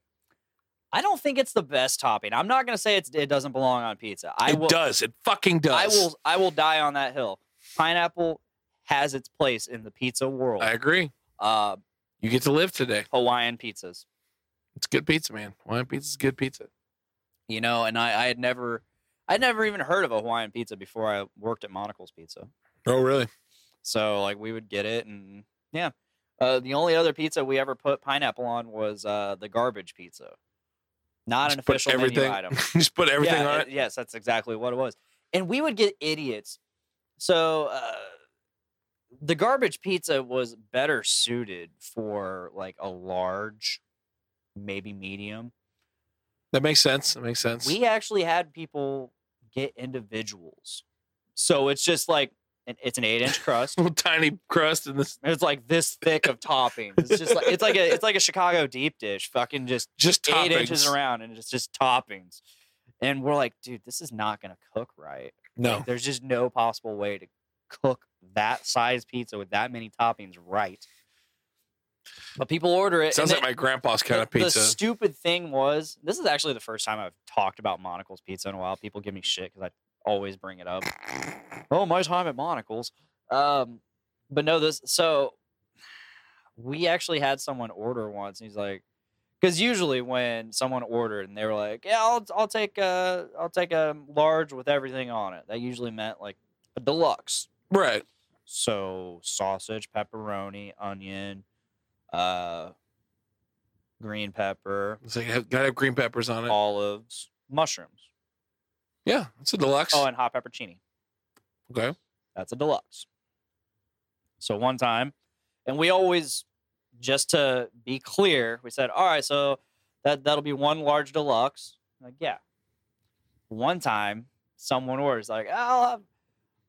Speaker 4: I don't think it's the best topping. I'm not gonna say it's, it doesn't belong on pizza. I
Speaker 5: it
Speaker 4: will.
Speaker 5: does. It fucking does.
Speaker 4: I will. I will die on that hill. Pineapple has its place in the pizza world.
Speaker 5: I agree.
Speaker 4: Uh,
Speaker 5: You get to live today.
Speaker 4: Hawaiian pizzas.
Speaker 5: It's good pizza, man. Hawaiian pizza is good pizza.
Speaker 4: you know and i i had never i'd never even heard of a hawaiian pizza before i worked at monocle's pizza
Speaker 5: Oh, <laughs> really?
Speaker 4: so like we would get it and yeah uh, the only other pizza we ever put pineapple on was uh, the garbage pizza not an
Speaker 5: Just put
Speaker 4: official
Speaker 5: everything-
Speaker 4: menu
Speaker 5: <laughs>
Speaker 4: item
Speaker 5: Just put everything
Speaker 4: yeah,
Speaker 5: on
Speaker 4: it-
Speaker 5: it.
Speaker 4: Yes, that's exactly what it was. And we would get idiots. So uh, the garbage pizza was better suited for like a large, maybe medium.
Speaker 5: That makes sense. That makes sense.
Speaker 4: we actually had people get individuals. So it's just like an- it's an eight inch
Speaker 5: <laughs>
Speaker 4: crust.
Speaker 5: <laughs> Little tiny crust and this
Speaker 4: It's like this thick of toppings. It's just like it's like a it's like a Chicago deep dish, fucking just
Speaker 5: just toppings.
Speaker 4: eight inches around, and it's just toppings. And we're like, dude, this is not gonna cook right. Like,
Speaker 5: No,
Speaker 4: there's just no possible way to cook that size pizza with that many toppings right. But people order it. and
Speaker 5: sounds
Speaker 4: they-
Speaker 5: like my grandpa's kind
Speaker 4: the,
Speaker 5: of pizza.
Speaker 4: The stupid thing was, this is actually the first time I've talked about Monocle's Pizza in a while. People give me shit because I always bring it up. oh, my time at Monocle's. Um, but no, this. So we actually had someone order once, and he's like, because usually when someone ordered and they were like, yeah, I'll I'll take a I'll take a large with everything on it. That usually meant like a deluxe.
Speaker 5: right.
Speaker 4: So sausage, pepperoni, onion, uh, green pepper,
Speaker 5: It's like have, gotta have green peppers on it.
Speaker 4: Oh. olives, mushrooms.
Speaker 5: yeah, it's a deluxe.
Speaker 4: Oh, and hot peppercini. <laughs>
Speaker 5: okay.
Speaker 4: That's a deluxe. So one time, and we always, just to be clear, we said, all right, so that that'll be one large deluxe. Like, yeah. One time, someone orders like, I'll have,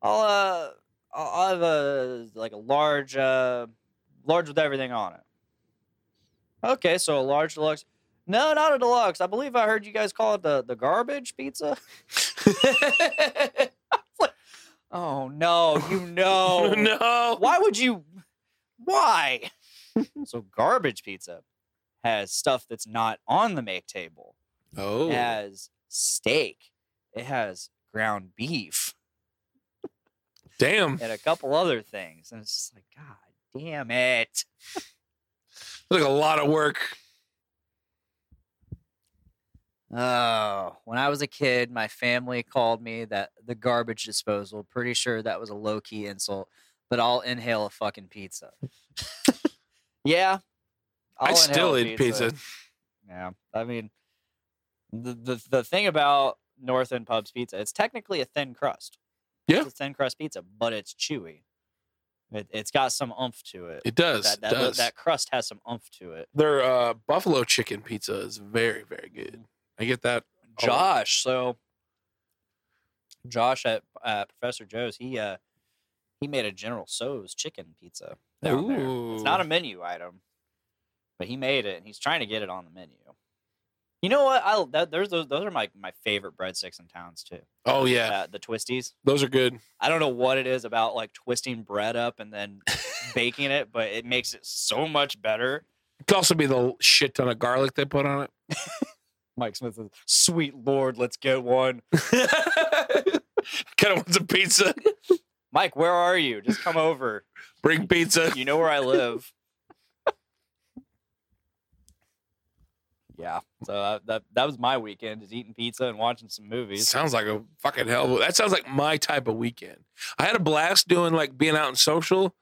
Speaker 4: I'll uh, I'll I'll have a like a large, uh, large with everything on it. Okay, so a large deluxe. No, not a deluxe. I believe I heard you guys call it the the garbage pizza. <laughs> I was like, oh no, you know,
Speaker 5: <laughs> no.
Speaker 4: why would you why <laughs> so garbage pizza has stuff that's not on the make table
Speaker 5: Oh.
Speaker 4: it has steak it has ground beef
Speaker 5: Damn.
Speaker 4: and a couple other things and it's just like god damn it
Speaker 5: Like a lot of work.
Speaker 4: oh when i was a kid my family called me that the garbage disposal pretty sure that was a low-key insult but i'll inhale a fucking <laughs> pizza yeah
Speaker 5: i
Speaker 4: I'll
Speaker 5: still
Speaker 4: inhale a
Speaker 5: eat pizza.
Speaker 4: Yeah, I mean, the the the thing about North End Pub's pizza, it's technically a thin crust.
Speaker 5: Yeah.
Speaker 4: it's a thin crust pizza, but it's chewy. It, it's got some oomph to it.
Speaker 5: It does.
Speaker 4: that, that,
Speaker 5: it does.
Speaker 4: that crust has some oomph to it.
Speaker 5: Their uh, buffalo chicken pizza is very, very good. I get that. Oh.
Speaker 4: Josh, so Josh at uh, Professor Joe's, he uh he made a General So's chicken pizza. Down there. It's not a
Speaker 5: Ooh.
Speaker 4: menu item, but he made it, and he's trying to get it on the menu. You know what? I that, there's those those are my my favorite breadsticks and towns too.
Speaker 5: Oh yeah,
Speaker 4: Uh, the twisties.
Speaker 5: those are good.
Speaker 4: I don't know what it is about like twisting bread up and
Speaker 5: <laughs>
Speaker 4: then baking it, but it makes it so much better.
Speaker 5: It could also be the shit ton of garlic they put <laughs> on
Speaker 4: Mike Smith says, "Sweet Lord, let's get one."
Speaker 5: it. kind of wants a pizza.
Speaker 4: Mike, where are you? Just come over. <laughs>
Speaker 5: Bring pizza.
Speaker 4: You know where I live. yeah. So uh, that that was my weekend, is eating pizza and watching some movies.
Speaker 5: Sounds like a fucking hell. of a- That sounds like my type of weekend. I had a blast doing like being out and social,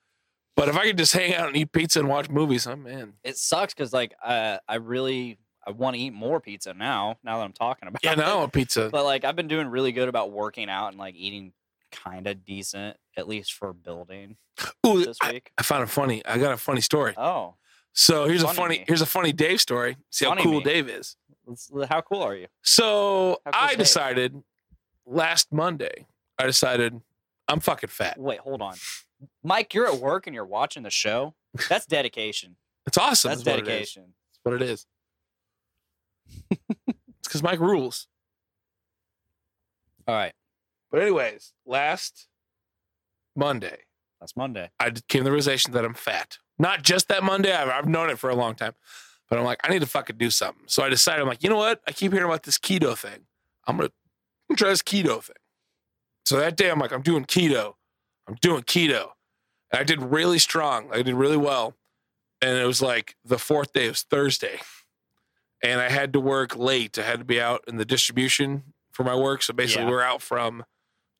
Speaker 5: but if I could just hang out and eat pizza and watch movies, I'm in.
Speaker 4: It sucks because like uh, I really I want to eat more pizza now. Now that I'm talking about
Speaker 5: Yeah,
Speaker 4: it.
Speaker 5: now I want pizza.
Speaker 4: But like I've been doing really good about working out and like eating kind of decent, at least for building
Speaker 5: Ooh,
Speaker 4: this
Speaker 5: I,
Speaker 4: week.
Speaker 5: I found it funny. I got a funny story.
Speaker 4: Oh,
Speaker 5: So here's
Speaker 4: Funny
Speaker 5: a funny
Speaker 4: me.
Speaker 5: here's a funny Dave story. See
Speaker 4: Funny
Speaker 5: how cool
Speaker 4: me.
Speaker 5: Dave is.
Speaker 4: let's- how cool are you?
Speaker 5: So
Speaker 4: How cool's
Speaker 5: I
Speaker 4: Dave?
Speaker 5: decided last Monday. I decided I'm fucking fat.
Speaker 4: Wait, hold on, Mike. You're at work and you're watching the show. That's dedication.
Speaker 5: It's awesome.
Speaker 4: That's
Speaker 5: is what it is.
Speaker 4: dedication.
Speaker 5: It's what it is. it's because Mike rules.
Speaker 4: All right,
Speaker 5: But anyways, last Monday,
Speaker 4: that's Monday.
Speaker 5: I d- came to the realization that I'm fat. Not just that Monday. I've, I've known it for a long time, but I'm like, I need to fucking do something. So I decided, I'm like, you know what? I keep hearing about this keto thing. I'm gonna, I'm gonna try this keto thing. So that day, I'm like, I'm doing keto. I'm doing keto, and I did really strong. I did really well, and it was like the fourth day. It was Thursday, and I had to work late. I had to be out in the distribution for my work. So basically,
Speaker 4: Yeah.
Speaker 5: we're out from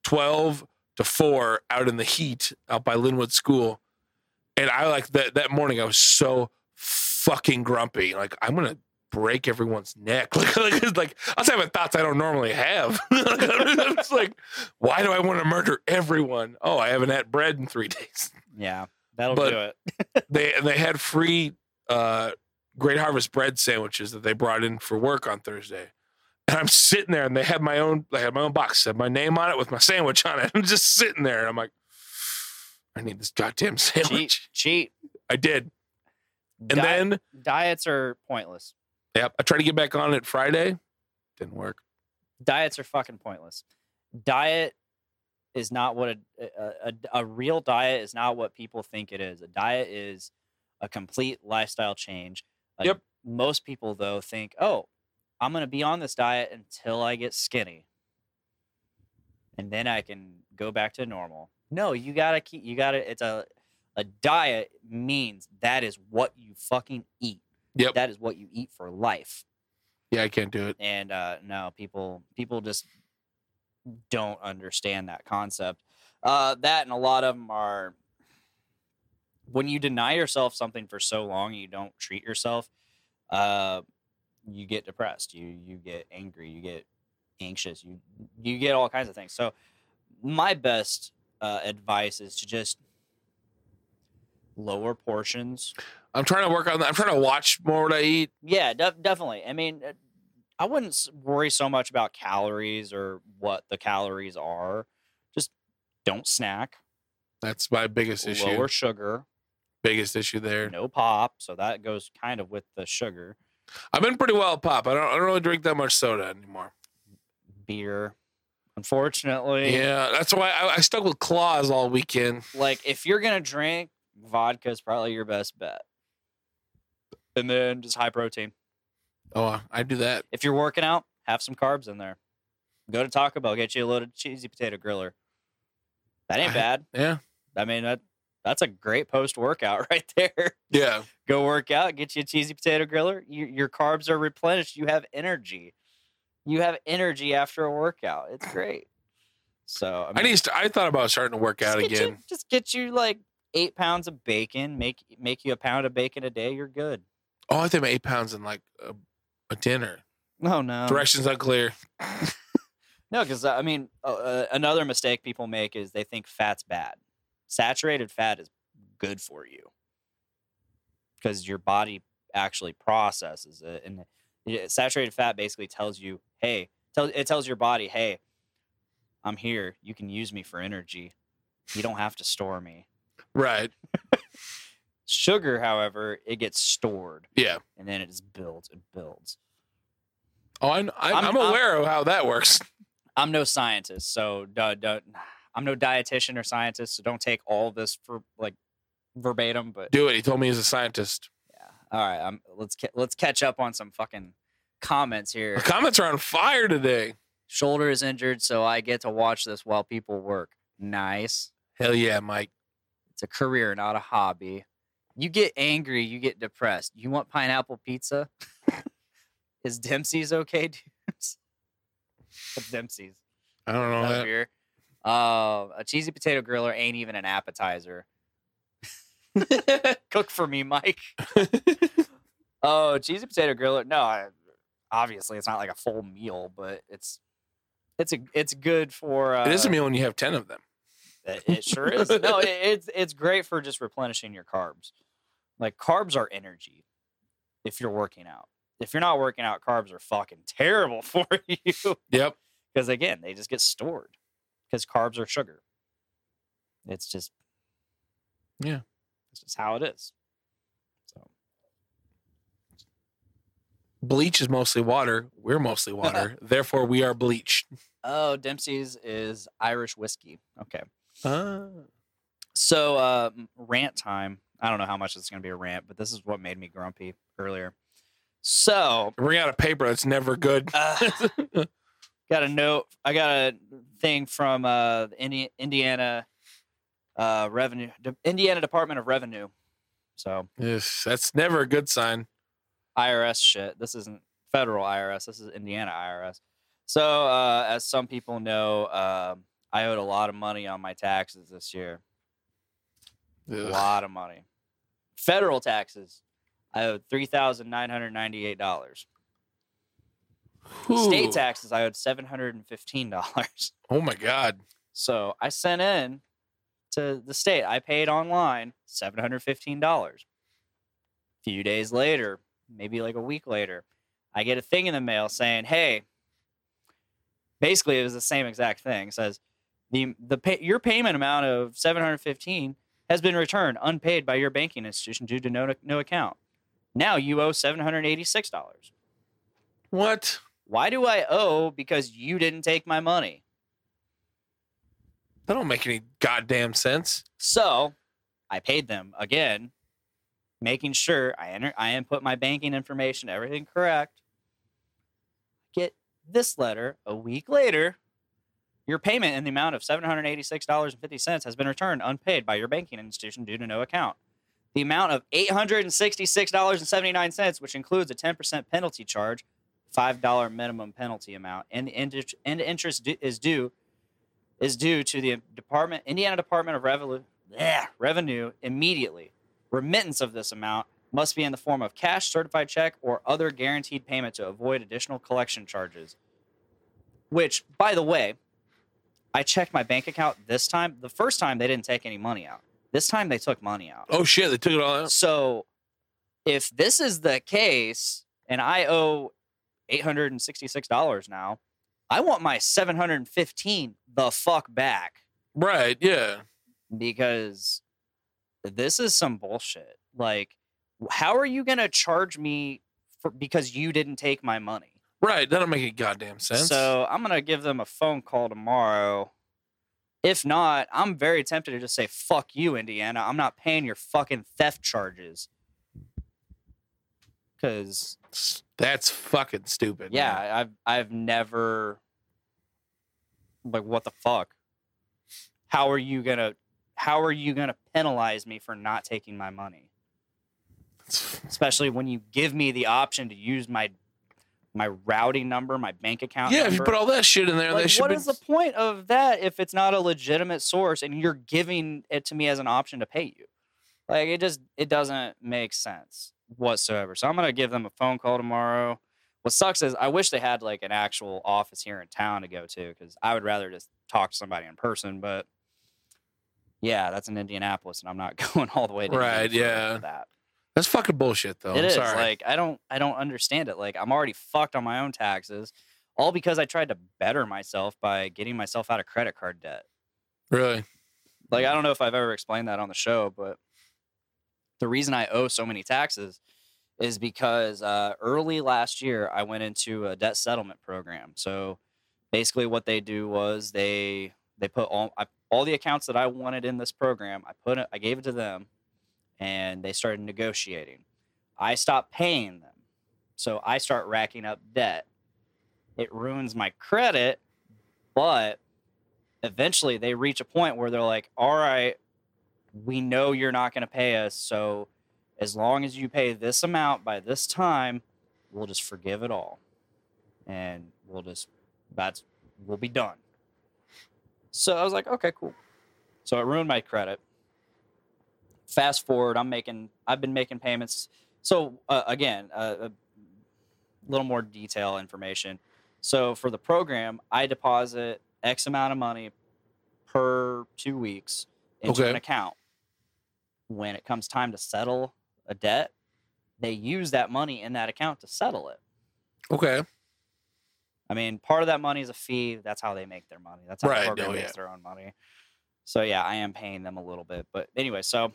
Speaker 5: twelve to four out in the heat out by Linwood School. And I like that that morning I was so fucking grumpy. Like I'm gonna break everyone's neck. <laughs> Like like, it's like I was having thoughts I don't normally have. <laughs> it's like, why do I want to murder everyone? Oh, I haven't had bread in three <laughs> days.
Speaker 4: Yeah, that'll
Speaker 5: But-
Speaker 4: do
Speaker 5: <laughs>
Speaker 4: it.
Speaker 5: They and they had free uh Great Harvest bread sandwiches that they brought in for work on Thursday. And I'm sitting there and they had my own they had my own box, had my name on it with my sandwich on it. <laughs> I'm just sitting there and I'm like, I need this goddamn
Speaker 4: Cheat,
Speaker 5: sandwich.
Speaker 4: cheat.
Speaker 5: I did. And
Speaker 4: Di-
Speaker 5: then
Speaker 4: diets are pointless.
Speaker 5: Yep. I tried to get back on it Friday. Didn't work.
Speaker 4: Diets are fucking pointless. Diet is not what a a, a a real diet is not what people think it is. A diet is a complete lifestyle change. A-
Speaker 5: Yep.
Speaker 4: Most people though think, oh, I'm gonna be on this diet until I get skinny, and then I can go back to normal. No, you gotta keep. You gotta. It's a a diet means that is what you fucking eat.
Speaker 5: Yep.
Speaker 4: That is what you eat for life.
Speaker 5: Yeah, I can't do it.
Speaker 4: and uh no people people just don't understand that concept uh that and a lot of them are when you deny yourself something for so long and you don't treat yourself uh you get depressed you you get angry you get anxious you you get all kinds of things so my best uh, advice is to just lower portions
Speaker 5: I'm trying to work on that. I'm trying to watch more what I eat.
Speaker 4: yeah, def- definitely. I mean, uh, I wouldn't s- worry so much about calories or what the calories are. Just don't snack.
Speaker 5: That's my biggest issue.
Speaker 4: Lower sugar,
Speaker 5: Biggest issue there.
Speaker 4: no pop. So that goes kind of with the sugar.
Speaker 5: I've been pretty well at pop. I don't I don't really drink that much soda anymore.
Speaker 4: Beer, unfortunately.
Speaker 5: Yeah. That's why I, I stuck with claws all weekend.
Speaker 4: Like if you're gonna drink, vodka is probably your best bet. And then just high protein.
Speaker 5: Oh, I do that.
Speaker 4: If you're working out, have some carbs in there. Go to Taco Bell, get you a loaded cheesy potato griller. That ain't
Speaker 5: I-
Speaker 4: bad.
Speaker 5: Yeah.
Speaker 4: I mean, that that's a great post workout <laughs> right there.
Speaker 5: Yeah.
Speaker 4: Go work out, get you a cheesy potato griller. Your, your carbs are replenished. You have energy. You have energy after a workout. It's great. So
Speaker 5: I
Speaker 4: mean,
Speaker 5: need to, I thought about starting to work
Speaker 4: just
Speaker 5: out
Speaker 4: get you-
Speaker 5: again.
Speaker 4: just get you like eight pounds of bacon. Make make you a pound of bacon a day. You're good.
Speaker 5: Oh, I think I'm eight pounds in like a, a dinner.
Speaker 4: Oh no.
Speaker 5: Directions unclear.
Speaker 4: No, because I mean, uh, uh, another mistake people make is they think fat's bad. Saturated fat is good for you because your body actually processes it, and yeah, saturated fat basically tells you, "Hey," tell, it tells your body, "Hey, I'm here. You can use me for energy. You don't have to store me."
Speaker 5: Right.
Speaker 4: Sugar, however, it gets stored
Speaker 5: Yeah.
Speaker 4: and then it just builds and builds.
Speaker 5: Oh, I'm, I'm,
Speaker 4: I'm-
Speaker 5: I'm aware of how that works.
Speaker 4: I'm no scientist, so duh, duh, <sighs> I'm no dietitian or scientist, so don't take all this for like verbatim. But
Speaker 5: Do it. He told me he's a scientist.
Speaker 4: yeah, all right, I'm, let's ca- let's catch up on some fucking comments
Speaker 5: The
Speaker 4: here.
Speaker 5: comments are on fire today.
Speaker 4: Shoulder is injured, so I get to watch this while people work. Nice.
Speaker 5: Hell yeah, Mike.
Speaker 4: It's a career, not a hobby. You get angry, you get depressed. You want pineapple pizza? <laughs> is Dempsey's okay, <laughs> dudes? It's Dempsey's.
Speaker 5: I don't know.
Speaker 4: Another
Speaker 5: That.
Speaker 4: beer. Uh, a cheesy potato griller ain't even an appetizer. <laughs> Cook for me,
Speaker 5: <laughs>
Speaker 4: Mike. oh, cheesy potato griller. No, I, obviously it's not like a full meal, but it's it's a it's good for. Uh,
Speaker 5: it is a meal when you have 10 of them.
Speaker 4: It, it sure is.
Speaker 5: <laughs>
Speaker 4: No, it, it's it's great for just replenishing your carbs. Like carbs are energy. If you're working out, if you're not working out, carbs are fucking terrible <laughs> for you.
Speaker 5: Yep.
Speaker 4: because again they just get stored because carbs are sugar it's just
Speaker 5: Yeah.
Speaker 4: it's just how it is so
Speaker 5: Bleach is mostly water. We're
Speaker 4: <laughs>
Speaker 5: mostly water. Therefore, we are bleached.
Speaker 4: oh dempsey's is irish whiskey okay
Speaker 5: Ah.
Speaker 4: so uh m- rant time i don't know how much it's going to be a rant but this is what made me grumpy earlier so
Speaker 5: Bring out a paper that's
Speaker 4: <laughs>
Speaker 5: never good. <laughs>
Speaker 4: uh, got a note. I got a thing from uh, the Indi- Indiana uh, revenue, De- Indiana Department of Revenue. So
Speaker 5: Yes, that's never a good sign.
Speaker 4: IRS shit. This isn't federal IRS. This is Indiana IRS. So uh, as some people know, um I owed a lot of money on my taxes this year. A
Speaker 5: Ugh.
Speaker 4: lot of money. Federal taxes. I owed three thousand nine hundred ninety-eight dollars.
Speaker 5: Whew.
Speaker 4: State taxes. I owed seven hundred and fifteen dollars.
Speaker 5: Oh my God.
Speaker 4: So I sent in to the state. I paid online seven hundred fifteen dollars. A few days later, maybe like a week later, I get a thing in the mail saying, "Hey." Basically, it was the same exact thing. It says the the pay, your payment amount of seven hundred fifteen has been returned unpaid by your banking institution due to no no account. Now you owe seven hundred eighty six dollars.
Speaker 5: What?
Speaker 4: Why do I owe because you didn't take my money?
Speaker 5: That don't make any goddamn sense.
Speaker 4: So I paid them again, making sure I enter I input my banking information, everything correct. Get this letter a week later. Your payment in the amount of $786.50 has been returned unpaid by your banking institution due to no account. The amount of $866.79, which includes a 10% penalty charge, $5 minimum penalty amount, and the indi- and the interest du- is due is due to the Department Indiana Department of Revolu- bleh, Revenue immediately. Remittance of this amount must be in the form of cash, certified check, or other guaranteed payment to avoid additional collection charges. Which, by the way, I checked my bank account this time. The first time they didn't take any money out. This time they took money out.
Speaker 5: Oh shit, they took it all out.
Speaker 4: Uh, So, if this is the case, and I owe eight hundred and sixty-six dollars now, I want my seven hundred and fifteen the fuck back
Speaker 5: Right, yeah.
Speaker 4: because this is some bullshit. Like, how are you gonna charge me for because you didn't take my money?
Speaker 5: Right. That don't make any goddamn sense.
Speaker 4: So I'm gonna give them a phone call tomorrow. If not, I'm very tempted to just say "fuck you, Indiana." I'm not paying your fucking theft charges. Cause
Speaker 5: S- that's fucking stupid.
Speaker 4: yeah,
Speaker 5: man.
Speaker 4: I've I've never like what the fuck. How are you gonna How are you gonna penalize me for not taking my money?
Speaker 5: It's-
Speaker 4: Especially when you give me the option to use my my routing number, my bank account.
Speaker 5: Yeah, if you
Speaker 4: number.
Speaker 5: put all that shit in there,
Speaker 4: Like,
Speaker 5: they
Speaker 4: what is
Speaker 5: should be.
Speaker 4: the point of that if it's not a legitimate source and you're giving it to me as an option to pay you? Like it just it doesn't make sense whatsoever. So I'm gonna give them a phone call tomorrow. What sucks is I wish they had like an actual office here in town to go to because I would rather just talk to somebody in person. But yeah, that's in Indianapolis, and I'm not <laughs> going all the way to
Speaker 5: Right,
Speaker 4: Indiana for
Speaker 5: yeah.
Speaker 4: that.
Speaker 5: That's fucking bullshit, though.
Speaker 4: It
Speaker 5: I'm
Speaker 4: is
Speaker 5: sorry.
Speaker 4: like I don't I don't understand it. Like I'm already fucked on my own taxes, all because I tried to better myself by getting myself out of credit card debt.
Speaker 5: really?
Speaker 4: Like I don't know if I've ever explained that on the show, but the reason I owe so many taxes is because uh, early last year I went into a debt settlement program. So basically, what they do was they they put all I, all the accounts that I wanted in this program. I put it, I gave it to them, and they started negotiating. I stopped paying them, so I start racking up debt. It ruins my credit, but eventually they reach a point where they're like, "All right, we know you're not going to pay us, so." as long as you pay this amount by this time, we'll just forgive it all. And we'll just, that's, we'll be done. So I was like, okay, cool. So it ruined my credit. Fast forward, I'm making, I've been making payments. So uh, again, uh, a little more detail information. So for the program, I deposit X amount of money per two weeks into
Speaker 5: Okay.
Speaker 4: an account. When it comes time to settle a debt, they use that money in that account to settle it.
Speaker 5: Okay.
Speaker 4: I mean, part of that money is a fee. That's how they make their money. That's how
Speaker 5: Right,
Speaker 4: the program
Speaker 5: no,
Speaker 4: makes
Speaker 5: yeah.
Speaker 4: their own money. So yeah, I am paying them a little bit. But anyway, so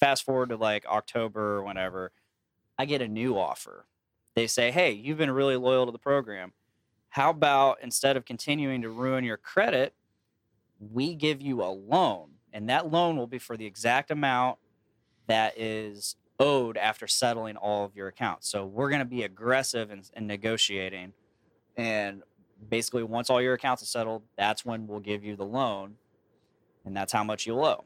Speaker 4: fast forward to like October or whenever, I get a new offer. They say, Hey, you've been really loyal to the program. How about instead of continuing to ruin your credit, we give you a loan. And that loan will be for the exact amount that is owed after settling all of your accounts. So we're going to be aggressive in, in negotiating. And basically, once all your accounts are settled, that's when we'll give you the loan. And that's how much you'll owe.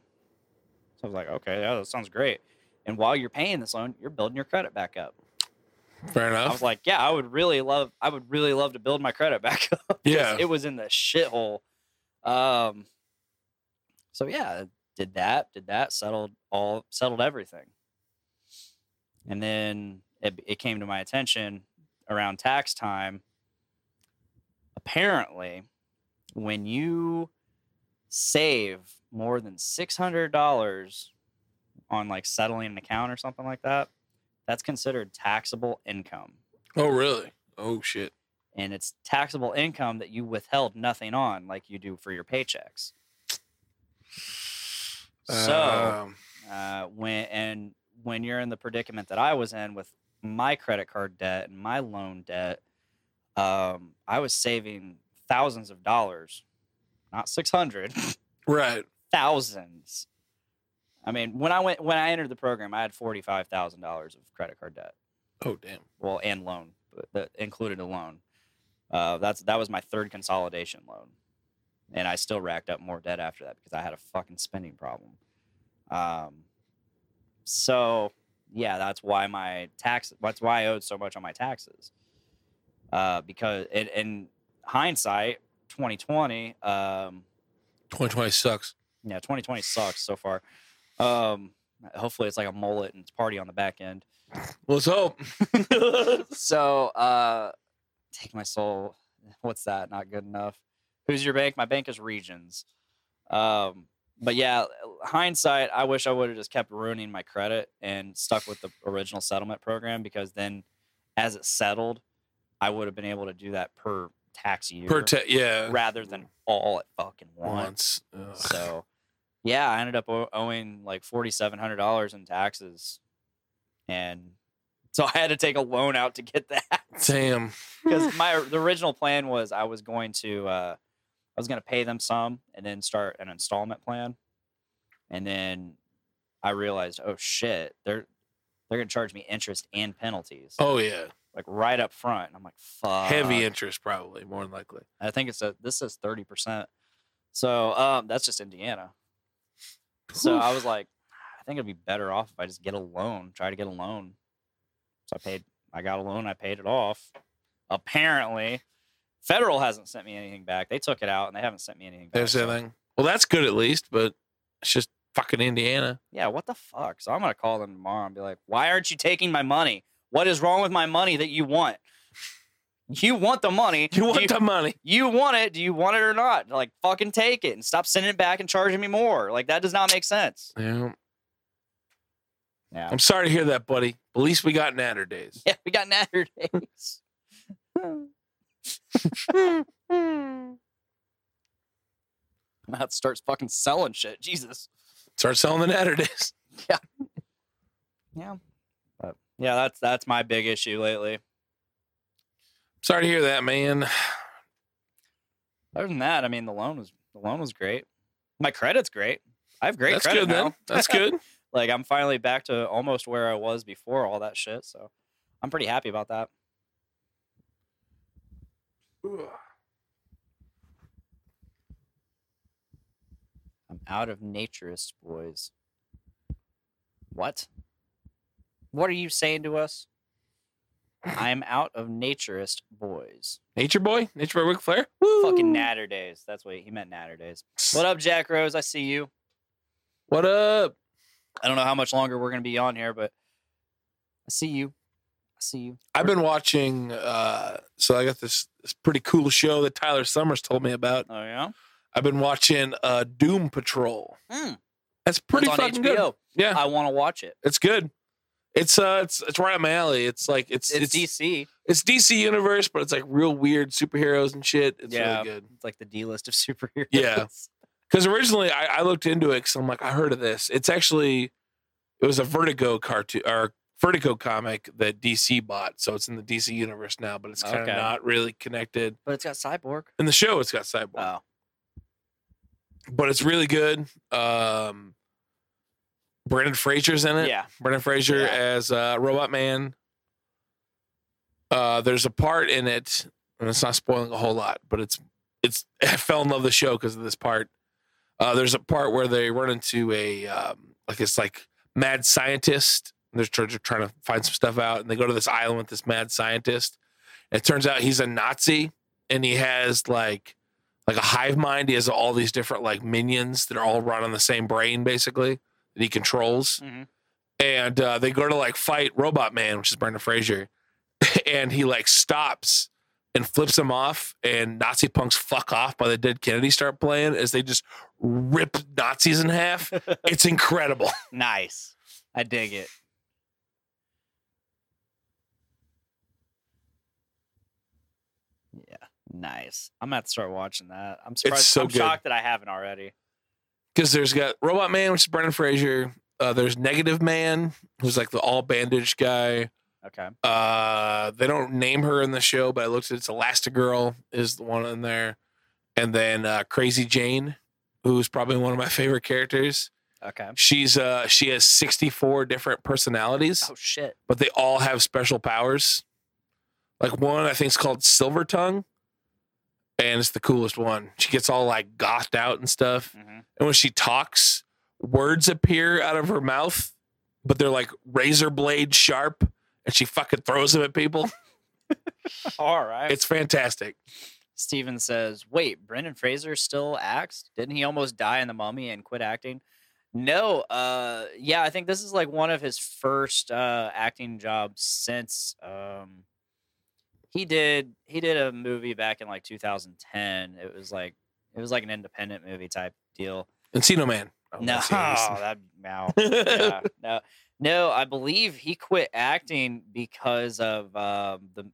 Speaker 4: So I was like, okay, yeah, that sounds great. And while you're paying this loan, you're building your credit back up.
Speaker 5: Fair
Speaker 4: I
Speaker 5: enough.
Speaker 4: was like, yeah, I would really love, I would really love to build my credit back up. 'cause
Speaker 5: Yeah.
Speaker 4: It was in the shithole. Um, so yeah, did that, did that, settled all, settled everything. And then it, it came to my attention around tax time. Apparently, when you save more than $600 on like settling an account or something like that, that's considered taxable income
Speaker 5: oh, really? Oh, shit.
Speaker 4: and it's taxable income that you withheld nothing on like you do for your paychecks so
Speaker 5: Um,
Speaker 4: uh, when and when you're in the predicament that i was in with my credit card debt and my loan debt um, i was saving thousands of dollars not 600
Speaker 5: right.
Speaker 4: <laughs> thousands i mean when i went when i entered the program i had $45000 of credit card debt
Speaker 5: Oh, damn.
Speaker 4: well and loan but that included a loan uh, that's that was my third consolidation loan and i still racked up more debt after that because i had a fucking spending problem um, so yeah that's why my tax that's why i owed so much on my taxes uh, because in, in hindsight 2020 um,
Speaker 5: 2020 sucks.
Speaker 4: yeah 2020 sucks so far um, hopefully it's like a mullet and it's party on the back end
Speaker 5: Let's hope.
Speaker 4: so uh take my soul <laughs> what's that not good enough who's your bank my bank is regions um but yeah hindsight i wish i would have just kept ruining my credit and stuck with the original settlement program because then as it settled i would have been able to do that per tax year
Speaker 5: Per te- yeah.
Speaker 4: rather than all at fucking once
Speaker 5: Once. Ugh.
Speaker 4: so, yeah, I ended up o- owing like forty seven hundred dollars in taxes, and so <laughs> I had to take a loan out to get that <laughs>
Speaker 5: Damn. <laughs>
Speaker 4: because my the original plan was I was going to uh, I was going to pay them some and then start an installment plan, and then I realized, oh shit, they're they're going to charge me interest and penalties
Speaker 5: Oh, yeah.
Speaker 4: like right up front. And I'm like, fuck,
Speaker 5: Heavy interest, probably, more than likely.
Speaker 4: I think it's a this is thirty percent. So um, that's just Indiana. So I was like, I think it'd be better off if I just get a loan, try to get a loan. So I paid, I got a loan, I paid it off. Apparently, federal hasn't sent me anything back. They took it out and they haven't sent me anything back.
Speaker 5: There's
Speaker 4: so-
Speaker 5: that thing. Well, that's good at least, but it's just fucking Indiana.
Speaker 4: Yeah, what the fuck? So I'm gonna call them tomorrow and be like, why aren't you taking my money? What is wrong with my money that you want? You want the money.
Speaker 5: <laughs> You want
Speaker 4: you,
Speaker 5: the money.
Speaker 4: you want it. Do you want it or not? Like, fucking take it and stop sending it back and charging me more. Like, that does not make sense. <laughs>
Speaker 5: Yeah.
Speaker 4: Yeah.
Speaker 5: I'm sorry to hear that, buddy. But at least we got Natter days.
Speaker 4: Yeah, we got Natter days. <laughs> I'm about to start fucking selling shit. Jesus.
Speaker 5: Start selling the Natter days.
Speaker 4: Yeah. But Yeah, that's that's my big issue lately.
Speaker 5: <laughs> Sorry to hear that, man.
Speaker 4: Other than that, I mean, the loan was the loan was great. My credit's great. I have great
Speaker 5: That's
Speaker 4: credit
Speaker 5: good,
Speaker 4: now.
Speaker 5: man. That's good. <laughs>
Speaker 4: Like I'm finally back to almost where I was before all that shit. So I'm pretty happy about that. I'm out of naturist boys. What? What are you saying to us? I'm out of naturist boys.
Speaker 5: Nature boy, nature boy, Ric Flair.
Speaker 4: Fucking natter days. That's what he, he meant natter days. What up, Jack Rose? I see you.
Speaker 5: What up?
Speaker 4: I don't know how much longer we're gonna be on here, but I see you. I see you.
Speaker 5: I've been watching. uh So I got this, this pretty cool show that Tyler Summers told me about.
Speaker 4: Oh yeah.
Speaker 5: I've been watching uh Doom Patrol.
Speaker 4: Mm.
Speaker 5: That's pretty
Speaker 4: It's on
Speaker 5: fucking
Speaker 4: HBO.
Speaker 5: good. Yeah,
Speaker 4: I want to watch it.
Speaker 5: it's good. It's uh, it's it's right up my alley. It's like it's
Speaker 4: It's,
Speaker 5: it's it's,
Speaker 4: DC.
Speaker 5: DC universe, but it's like real weird superheroes and shit. It's
Speaker 4: Yeah.
Speaker 5: really good.
Speaker 4: It's like the D list of <laughs> superheroes.
Speaker 5: Yeah. Because originally I, I looked into it because I'm like I heard of this. It's actually it was a Vertigo cartoon or Vertigo comic that DC bought, so it's in the DC universe now, but it's kind of
Speaker 4: Okay.
Speaker 5: not really connected.
Speaker 4: But it's got Cyborg.
Speaker 5: In the show, it's got Cyborg.
Speaker 4: Oh.
Speaker 5: but it's really good. Um, Brendan Fraser's in it.
Speaker 4: Yeah.
Speaker 5: Brendan Fraser
Speaker 4: Yeah.
Speaker 5: as uh, Robot Man. Uh, there's a part in it, and it's not spoiling a whole lot, but it's it's. <laughs> I fell in love with the show because of this part. Uh, there's a part where they run into a um, like it's like mad scientist. And they're tr- tr- trying to find some stuff out, and they go to this island with this mad scientist. And it turns out he's a Nazi, and he has like like a hive mind. He has all these different like minions that are all run on the same brain, basically that he controls.
Speaker 4: Mhm.
Speaker 5: And uh, they go to like fight Robot Man, which is Brendan Fraser, <laughs> and he like stops and flips him off, and Nazi punks fuck off by the Dead Kennedy start playing as they just rip Nazis in half. it's incredible.
Speaker 4: Nice. I dig it. Yeah. Nice. I'm gonna have to start watching that. I'm surprised.
Speaker 5: so
Speaker 4: I'm
Speaker 5: good.
Speaker 4: shocked that I haven't already.
Speaker 5: because there's got Robot Man, which is Brendan Fraser. Uh, there's Negative Man, who's like the all bandaged guy.
Speaker 4: Okay.
Speaker 5: Uh, they don't name her in the show, but I looked at it's Elastigirl is the one in there, and then uh, Crazy Jane, who's probably one of my favorite characters.
Speaker 4: Okay.
Speaker 5: She's uh, she has 64 different personalities
Speaker 4: Oh shit.
Speaker 5: but they all have special powers. Like one, I think is called Silver Tongue, and it's the coolest one. She gets all like gothed out and stuff,
Speaker 4: Mhm.
Speaker 5: and when she talks, words appear out of her mouth, but they're like razor blade sharp, and she fucking throws them at
Speaker 4: <laughs>
Speaker 5: people.
Speaker 4: All right.
Speaker 5: It's fantastic.
Speaker 4: Steven says, wait, Brendan Fraser still acts? Didn't he almost die in the mummy and quit acting? No, uh yeah, I think this is like one of his first uh acting jobs since um he did he did a movie back in like 2010. It was like it was like an independent movie type deal.
Speaker 5: Encino Man. Oh,
Speaker 4: <laughs> No,
Speaker 5: that's serious.
Speaker 4: that no. Yeah, no, no. I believe he quit acting because of um, the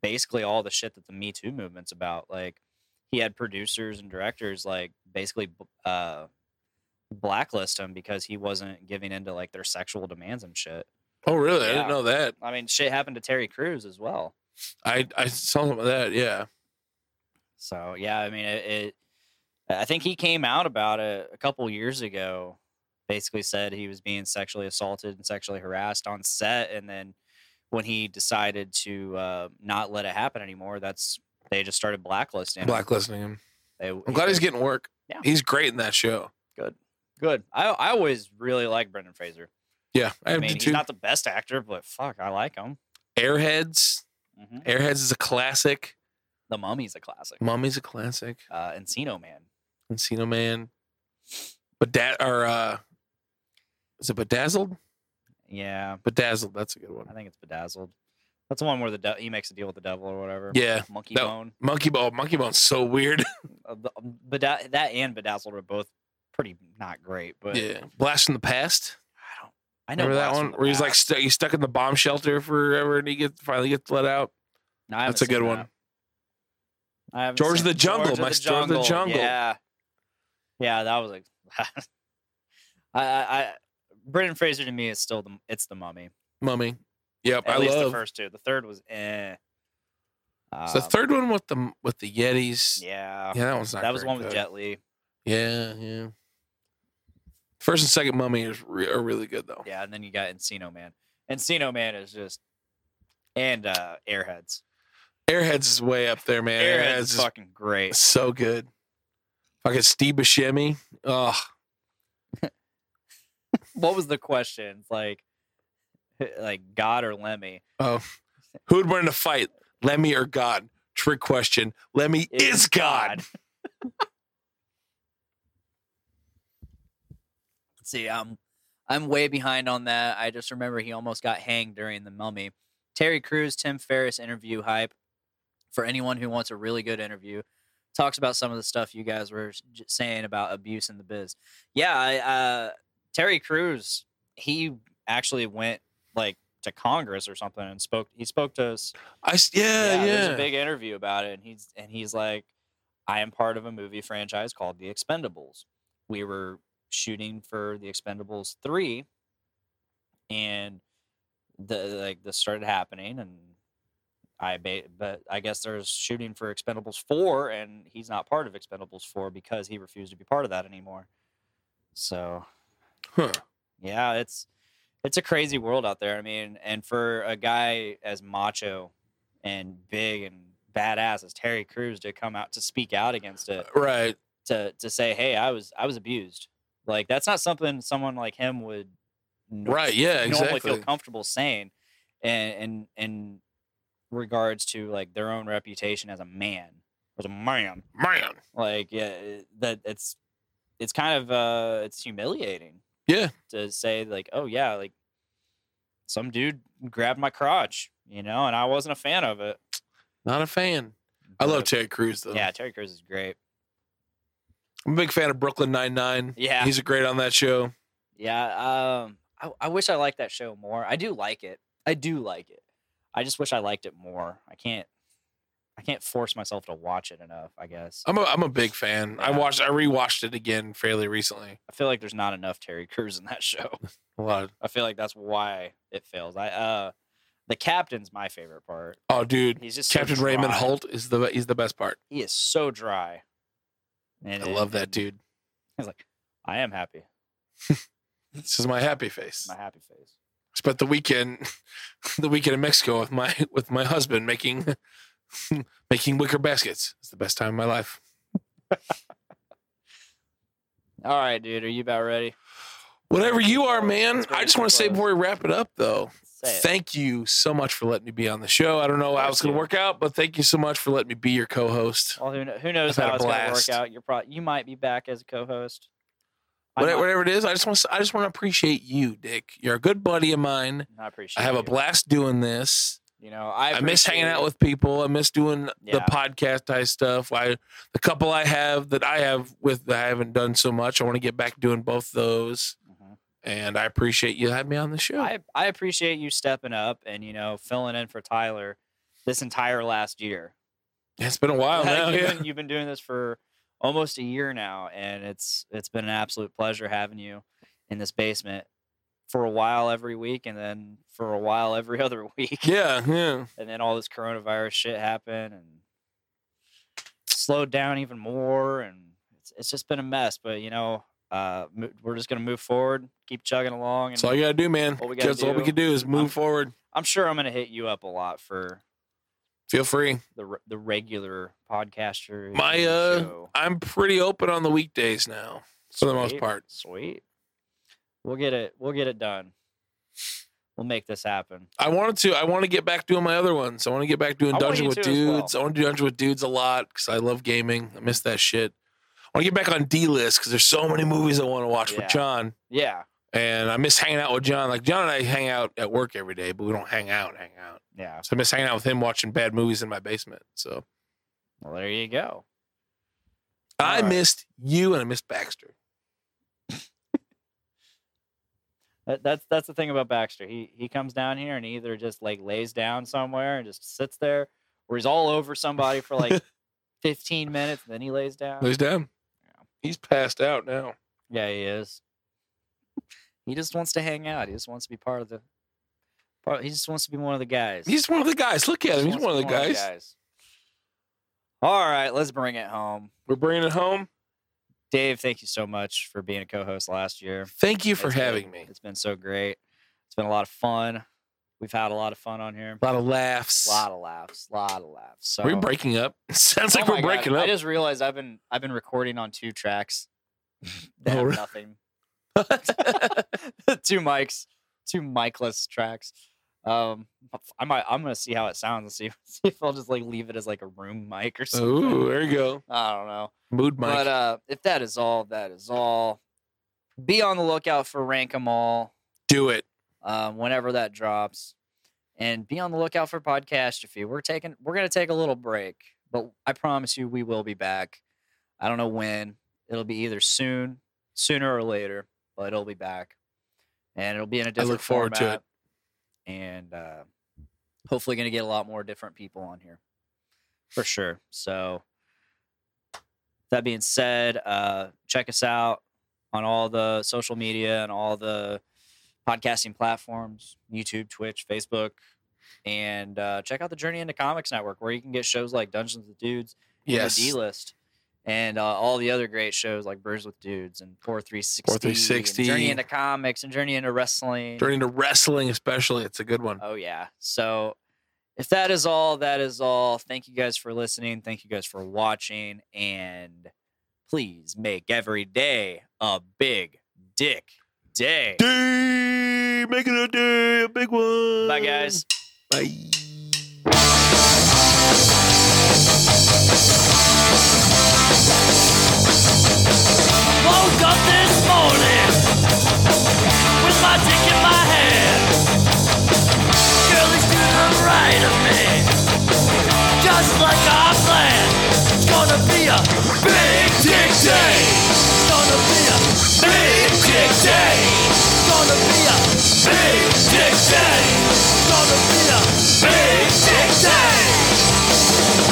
Speaker 4: basically all the shit that the Me Too movement's about. Like he had producers and directors like basically b- uh, blacklist him because he wasn't giving into like their sexual demands and shit.
Speaker 5: oh really? I
Speaker 4: Yeah.
Speaker 5: didn't know that.
Speaker 4: I mean, shit happened to Terry Crews as well.
Speaker 5: I I saw some of that. Yeah.
Speaker 4: So yeah, I mean it. it I think he came out about it a couple years ago. Basically said he was being sexually assaulted and sexually harassed on set, and then when he decided to uh, not let it happen anymore, that's they just started blacklisting. him.
Speaker 5: Blacklisting him.
Speaker 4: They-
Speaker 5: I'm glad he's getting work.
Speaker 4: Yeah.
Speaker 5: He's great in that show.
Speaker 4: good. I I always really like Brendan Fraser.
Speaker 5: Yeah. I,
Speaker 4: I
Speaker 5: have
Speaker 4: mean,
Speaker 5: to
Speaker 4: he's
Speaker 5: too.
Speaker 4: not the best actor, but fuck, I like him.
Speaker 5: Airheads.
Speaker 4: hmm
Speaker 5: Airheads is a classic.
Speaker 4: The Mummy's a classic.
Speaker 5: Mummy's a classic.
Speaker 4: Uh, Encino Man.
Speaker 5: Encino Man. But that or uh is it Bedazzled?
Speaker 4: Yeah,
Speaker 5: Bedazzled, that's a good one.
Speaker 4: I think it's Bedazzled. That's the one where the de- he makes a deal with the devil or whatever.
Speaker 5: Yeah.
Speaker 4: Monkey
Speaker 5: that-
Speaker 4: Bone.
Speaker 5: Monkey Bone. Monkey Bone's so weird.
Speaker 4: uh, b- um, Bedaz- that and Bedazzled are both pretty not great, <laughs> but
Speaker 5: yeah. Blast from the Past.
Speaker 4: I don't. I know
Speaker 5: Remember that
Speaker 4: Blast
Speaker 5: one?
Speaker 4: from the
Speaker 5: Where he's like
Speaker 4: Past.
Speaker 5: stu he's stuck in the bomb shelter forever and he gets finally gets let out.
Speaker 4: No, I haven't
Speaker 5: that's a good
Speaker 4: seen
Speaker 5: one.
Speaker 4: that. I haven't
Speaker 5: George
Speaker 4: seen
Speaker 5: the
Speaker 4: it.
Speaker 5: Jungle,
Speaker 4: George of
Speaker 5: my
Speaker 4: the
Speaker 5: George of the
Speaker 4: Jungle.
Speaker 5: Jungle.
Speaker 4: Yeah, yeah, that was like. <laughs> I, I, I, Brendan Fraser to me is still the it's the Mummy.
Speaker 5: Mummy. Yep,
Speaker 4: At
Speaker 5: I
Speaker 4: least
Speaker 5: love
Speaker 4: the first two. The third was eh.
Speaker 5: the
Speaker 4: Um,
Speaker 5: third one with the with the Yetis. Yeah,
Speaker 4: Yeah.
Speaker 5: that one's not.
Speaker 4: that was
Speaker 5: very
Speaker 4: one with
Speaker 5: good.
Speaker 4: Jet Li.
Speaker 5: Yeah, yeah. First and second Mummy is re- are really good though.
Speaker 4: Yeah, and then you got Encino Man. Encino Man is just and uh Airheads.
Speaker 5: Airheads is way up there, man.
Speaker 4: Airheads
Speaker 5: Airheads,
Speaker 4: is
Speaker 5: is
Speaker 4: fucking great.
Speaker 5: so good. Fucking Steve Buscemi. Ugh.
Speaker 4: <laughs> What was the question? It's Like <laughs> like God or Lemmy?
Speaker 5: Oh, who would win in a fight, Lemmy or God? Trick question. Lemmy
Speaker 4: It
Speaker 5: is
Speaker 4: was
Speaker 5: God.
Speaker 4: <laughs> See, I'm I'm way behind on that. I just remember he almost got hanged during the mummy. Terry Crews, Tim Ferriss interview hype for anyone who wants a really good interview. Talks about some of the stuff you guys were j- saying about abuse in the biz. Yeah, I, uh, Terry Crews, he actually went like to Congress or something and spoke. He spoke to us
Speaker 5: I s yeah, yeah.
Speaker 4: there's a big interview about it, and he's and he's like, I am part of a movie franchise called The Expendables. We were shooting for The Expendables three, and the like this started happening, and I ba- but I guess there's shooting for Expendables four, and he's not part of Expendables four because he refused to be part of that anymore. So
Speaker 5: Huh.
Speaker 4: yeah, it's it's a crazy world out there. I mean, and for a guy as macho and big and badass as Terry Crews to come out to speak out against it,
Speaker 5: Right.
Speaker 4: to to say, "Hey, I was I was abused." Like that's not something someone like him would nor-
Speaker 5: Right. Yeah.
Speaker 4: normally
Speaker 5: Exactly.
Speaker 4: feel comfortable saying, and and in regards to like their own reputation as a man, as a man
Speaker 5: Man.
Speaker 4: like yeah it- that it's it's kind of uh it's humiliating
Speaker 5: Yeah.
Speaker 4: to say like oh yeah like some dude grabbed my crotch you know and i wasn't a fan of it
Speaker 5: Not a fan. I love
Speaker 4: But,
Speaker 5: Terry Crews though.
Speaker 4: yeah terry Crews is great
Speaker 5: I'm a big fan of Brooklyn Nine Nine.
Speaker 4: yeah
Speaker 5: He's great on that show.
Speaker 4: yeah um I, I wish i liked that show more i do like it i do like it i just wish i liked it more i can't i can't force myself to watch it enough i guess
Speaker 5: I'm a I'm a big fan. I
Speaker 4: Yeah.
Speaker 5: watched I rewatched it again fairly recently.
Speaker 4: i feel like there's not enough terry Crews in that <laughs> show
Speaker 5: A lot. Of,
Speaker 4: I feel like that's why it fails. I uh the captain's my favorite part.
Speaker 5: oh, dude,
Speaker 4: He's just so
Speaker 5: Captain Raymond
Speaker 4: dry.
Speaker 5: Holt is the he's the best part.
Speaker 4: He is so dry. And,
Speaker 5: I love that
Speaker 4: and
Speaker 5: dude.
Speaker 4: He's like, I am happy.
Speaker 5: This is my happy face.
Speaker 4: My happy face.
Speaker 5: spent the weekend <laughs> the weekend in Mexico with my <laughs> with my husband making <laughs> making wicker baskets. It's the best time of my life.
Speaker 4: All right, dude. Are you about ready?
Speaker 5: Whatever you are, man.
Speaker 4: Let's bring
Speaker 5: I
Speaker 4: it
Speaker 5: just
Speaker 4: to
Speaker 5: want to say
Speaker 4: close.
Speaker 5: before we wrap it up though,
Speaker 4: Say it.
Speaker 5: thank you so much for letting me be on the show. I don't know how
Speaker 4: course,
Speaker 5: it's going
Speaker 4: dude.
Speaker 5: to work out, but thank you so much for letting me be your co-host.
Speaker 4: well, who, kno- who knows
Speaker 5: I've had
Speaker 4: how
Speaker 5: a
Speaker 4: it's gonna work
Speaker 5: blast.
Speaker 4: out? You're probably you might be back as a co-host. I
Speaker 5: Whatever,
Speaker 4: might-
Speaker 5: whatever it is, I just want to, I just want to appreciate you, Dick. You're a good buddy of mine.
Speaker 4: I appreciate.
Speaker 5: I have a
Speaker 4: you.
Speaker 5: blast doing this.
Speaker 4: You know, I,
Speaker 5: I miss hanging
Speaker 4: appreciate-
Speaker 5: out with people. I miss doing the
Speaker 4: Yeah.
Speaker 5: podcast type stuff. I the couple I have that I have with that I haven't done so much. I want to get back doing both those.
Speaker 4: Mhm.
Speaker 5: And I appreciate you having me on the show.
Speaker 4: I I appreciate you stepping up and you know filling in for Tyler this entire last year.
Speaker 5: it's been a while
Speaker 4: Like,
Speaker 5: now.
Speaker 4: you've,
Speaker 5: Yeah.
Speaker 4: been, you've been doing this for almost a year now, and it's it's been an absolute pleasure having you in this basement for a while every week, and then for a while every <laughs> other week,
Speaker 5: <laughs> yeah, yeah.
Speaker 4: and then all this coronavirus shit happened and slowed down even more, and it's it's just been a mess. But you know, uh, mo- we're just gonna move forward, keep chugging along, and
Speaker 5: That's all you gotta do, man.
Speaker 4: All we gotta
Speaker 5: That's all we
Speaker 4: do-
Speaker 5: can do is move
Speaker 4: I'm-
Speaker 5: forward.
Speaker 4: I'm sure I'm gonna hit you up a lot for
Speaker 5: Feel free.
Speaker 4: the re- the regular podcaster.
Speaker 5: My uh I'm pretty open on the weekdays now. for the most
Speaker 4: Sweet,
Speaker 5: part.
Speaker 4: Sweet. We'll get it. We'll get it done. We'll make this happen.
Speaker 5: I wanted to. I want to get back doing my other ones. I want to get back doing
Speaker 4: I want
Speaker 5: Dungeon
Speaker 4: you
Speaker 5: with
Speaker 4: to as well.
Speaker 5: Dudes. I want to do Dungeon with Dudes a lot because I love gaming. I miss that shit. I want to get back on D list because there's so many movies I want to watch
Speaker 4: Yeah.
Speaker 5: with John,
Speaker 4: Yeah.
Speaker 5: and I miss hanging out with John. Like John and I hang out at work every day, but we don't hang out, hang out.
Speaker 4: Yeah.
Speaker 5: So I miss hanging out with him watching bad movies in my basement. So
Speaker 4: Well, there you go.
Speaker 5: I
Speaker 4: Alright.
Speaker 5: missed you and I missed Baxter.
Speaker 4: That, that's that's the thing about Baxter. He he comes down here and either just like lays down somewhere and just sits there, or he's all over somebody for
Speaker 5: <laughs>
Speaker 4: like 15 minutes, and then he lays down.
Speaker 5: He's down. He's passed out now.
Speaker 4: Yeah, he is. He just wants to hang out. He just wants to be part of the Probably, he just wants to be one of the guys.
Speaker 5: He's one of the guys. Look at him. He's
Speaker 4: Just
Speaker 5: one of
Speaker 4: wants
Speaker 5: the
Speaker 4: to be
Speaker 5: guys.
Speaker 4: All right, let's bring it home.
Speaker 5: We're bringing it home.
Speaker 4: Dave, thank you so much for being a co-host last year.
Speaker 5: Thank you for
Speaker 4: It's been-
Speaker 5: having me.
Speaker 4: It's been so great. It's been a lot of fun. We've had a lot of fun on here.
Speaker 5: A lot of laughs.
Speaker 4: A lot of laughs. A lot of laughs. So
Speaker 5: We're breaking up. <laughs> Sounds like
Speaker 4: Uh-huh. Oh
Speaker 5: we're
Speaker 4: my God,
Speaker 5: breaking
Speaker 4: I
Speaker 5: up.
Speaker 4: just realized I've been I've been recording on two
Speaker 5: <laughs>
Speaker 4: tracks. that
Speaker 5: Oh,
Speaker 4: have
Speaker 5: really? <laughs>
Speaker 4: nothing. <laughs> two mics, two micless tracks. Um, I might I'm gonna see how it sounds and see, <laughs> see if I'll just like leave it as like a room mic or something.
Speaker 5: Ooh, er there you go.
Speaker 4: I don't know.
Speaker 5: Mood mic.
Speaker 4: But uh, if that is all, that is all. Be on the lookout for Rank 'Em All
Speaker 5: Do it.
Speaker 4: um, whenever that drops, and be on the lookout for Podcastrophe. We're taking we're gonna take a little break, but I promise you we will be back. I don't know when. It'll be either soon, sooner or later, but it'll be back, and it'll be in a different
Speaker 5: look forward to it.
Speaker 4: format, and uh, hopefully gonna get a lot more different people on here for sure. So that being said, uh, check us out on all the social media and all the podcasting platforms YouTube, Twitch, Facebook. And uh, check out the Journey into Comics Network, where you can get shows like Dungeons with Dudes, and
Speaker 5: Yes.
Speaker 4: the D List, and uh, all the other great shows like Brews with Dudes and Four Three Sixty,
Speaker 5: 4360.
Speaker 4: Journey into Comics, and Journey into Wrestling.
Speaker 5: Turning to wrestling, especially. It's a good one.
Speaker 4: Oh yeah. So if that is all, that is all. Thank you guys for listening. Thank you guys for watching. And please make every day a big dick day.
Speaker 5: Day, make it a day, a big one.
Speaker 4: Bye guys. <laughs>
Speaker 5: Bye.
Speaker 6: woke up this morning with my dick in my hand. Girlie's to the right of me, just like I planned. It's gonna be a big dick day. It's gonna be a big dick day. It's gonna be a big dick day. It's gonna be a big dick day.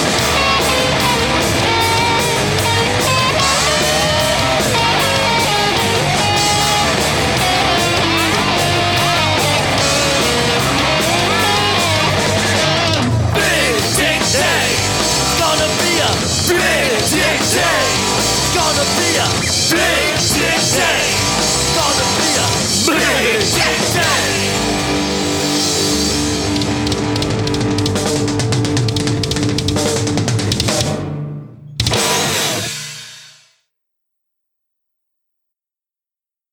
Speaker 6: Big Dick Day. It's gonna be a Big Dick Day. It's gonna be a Big Dick Day.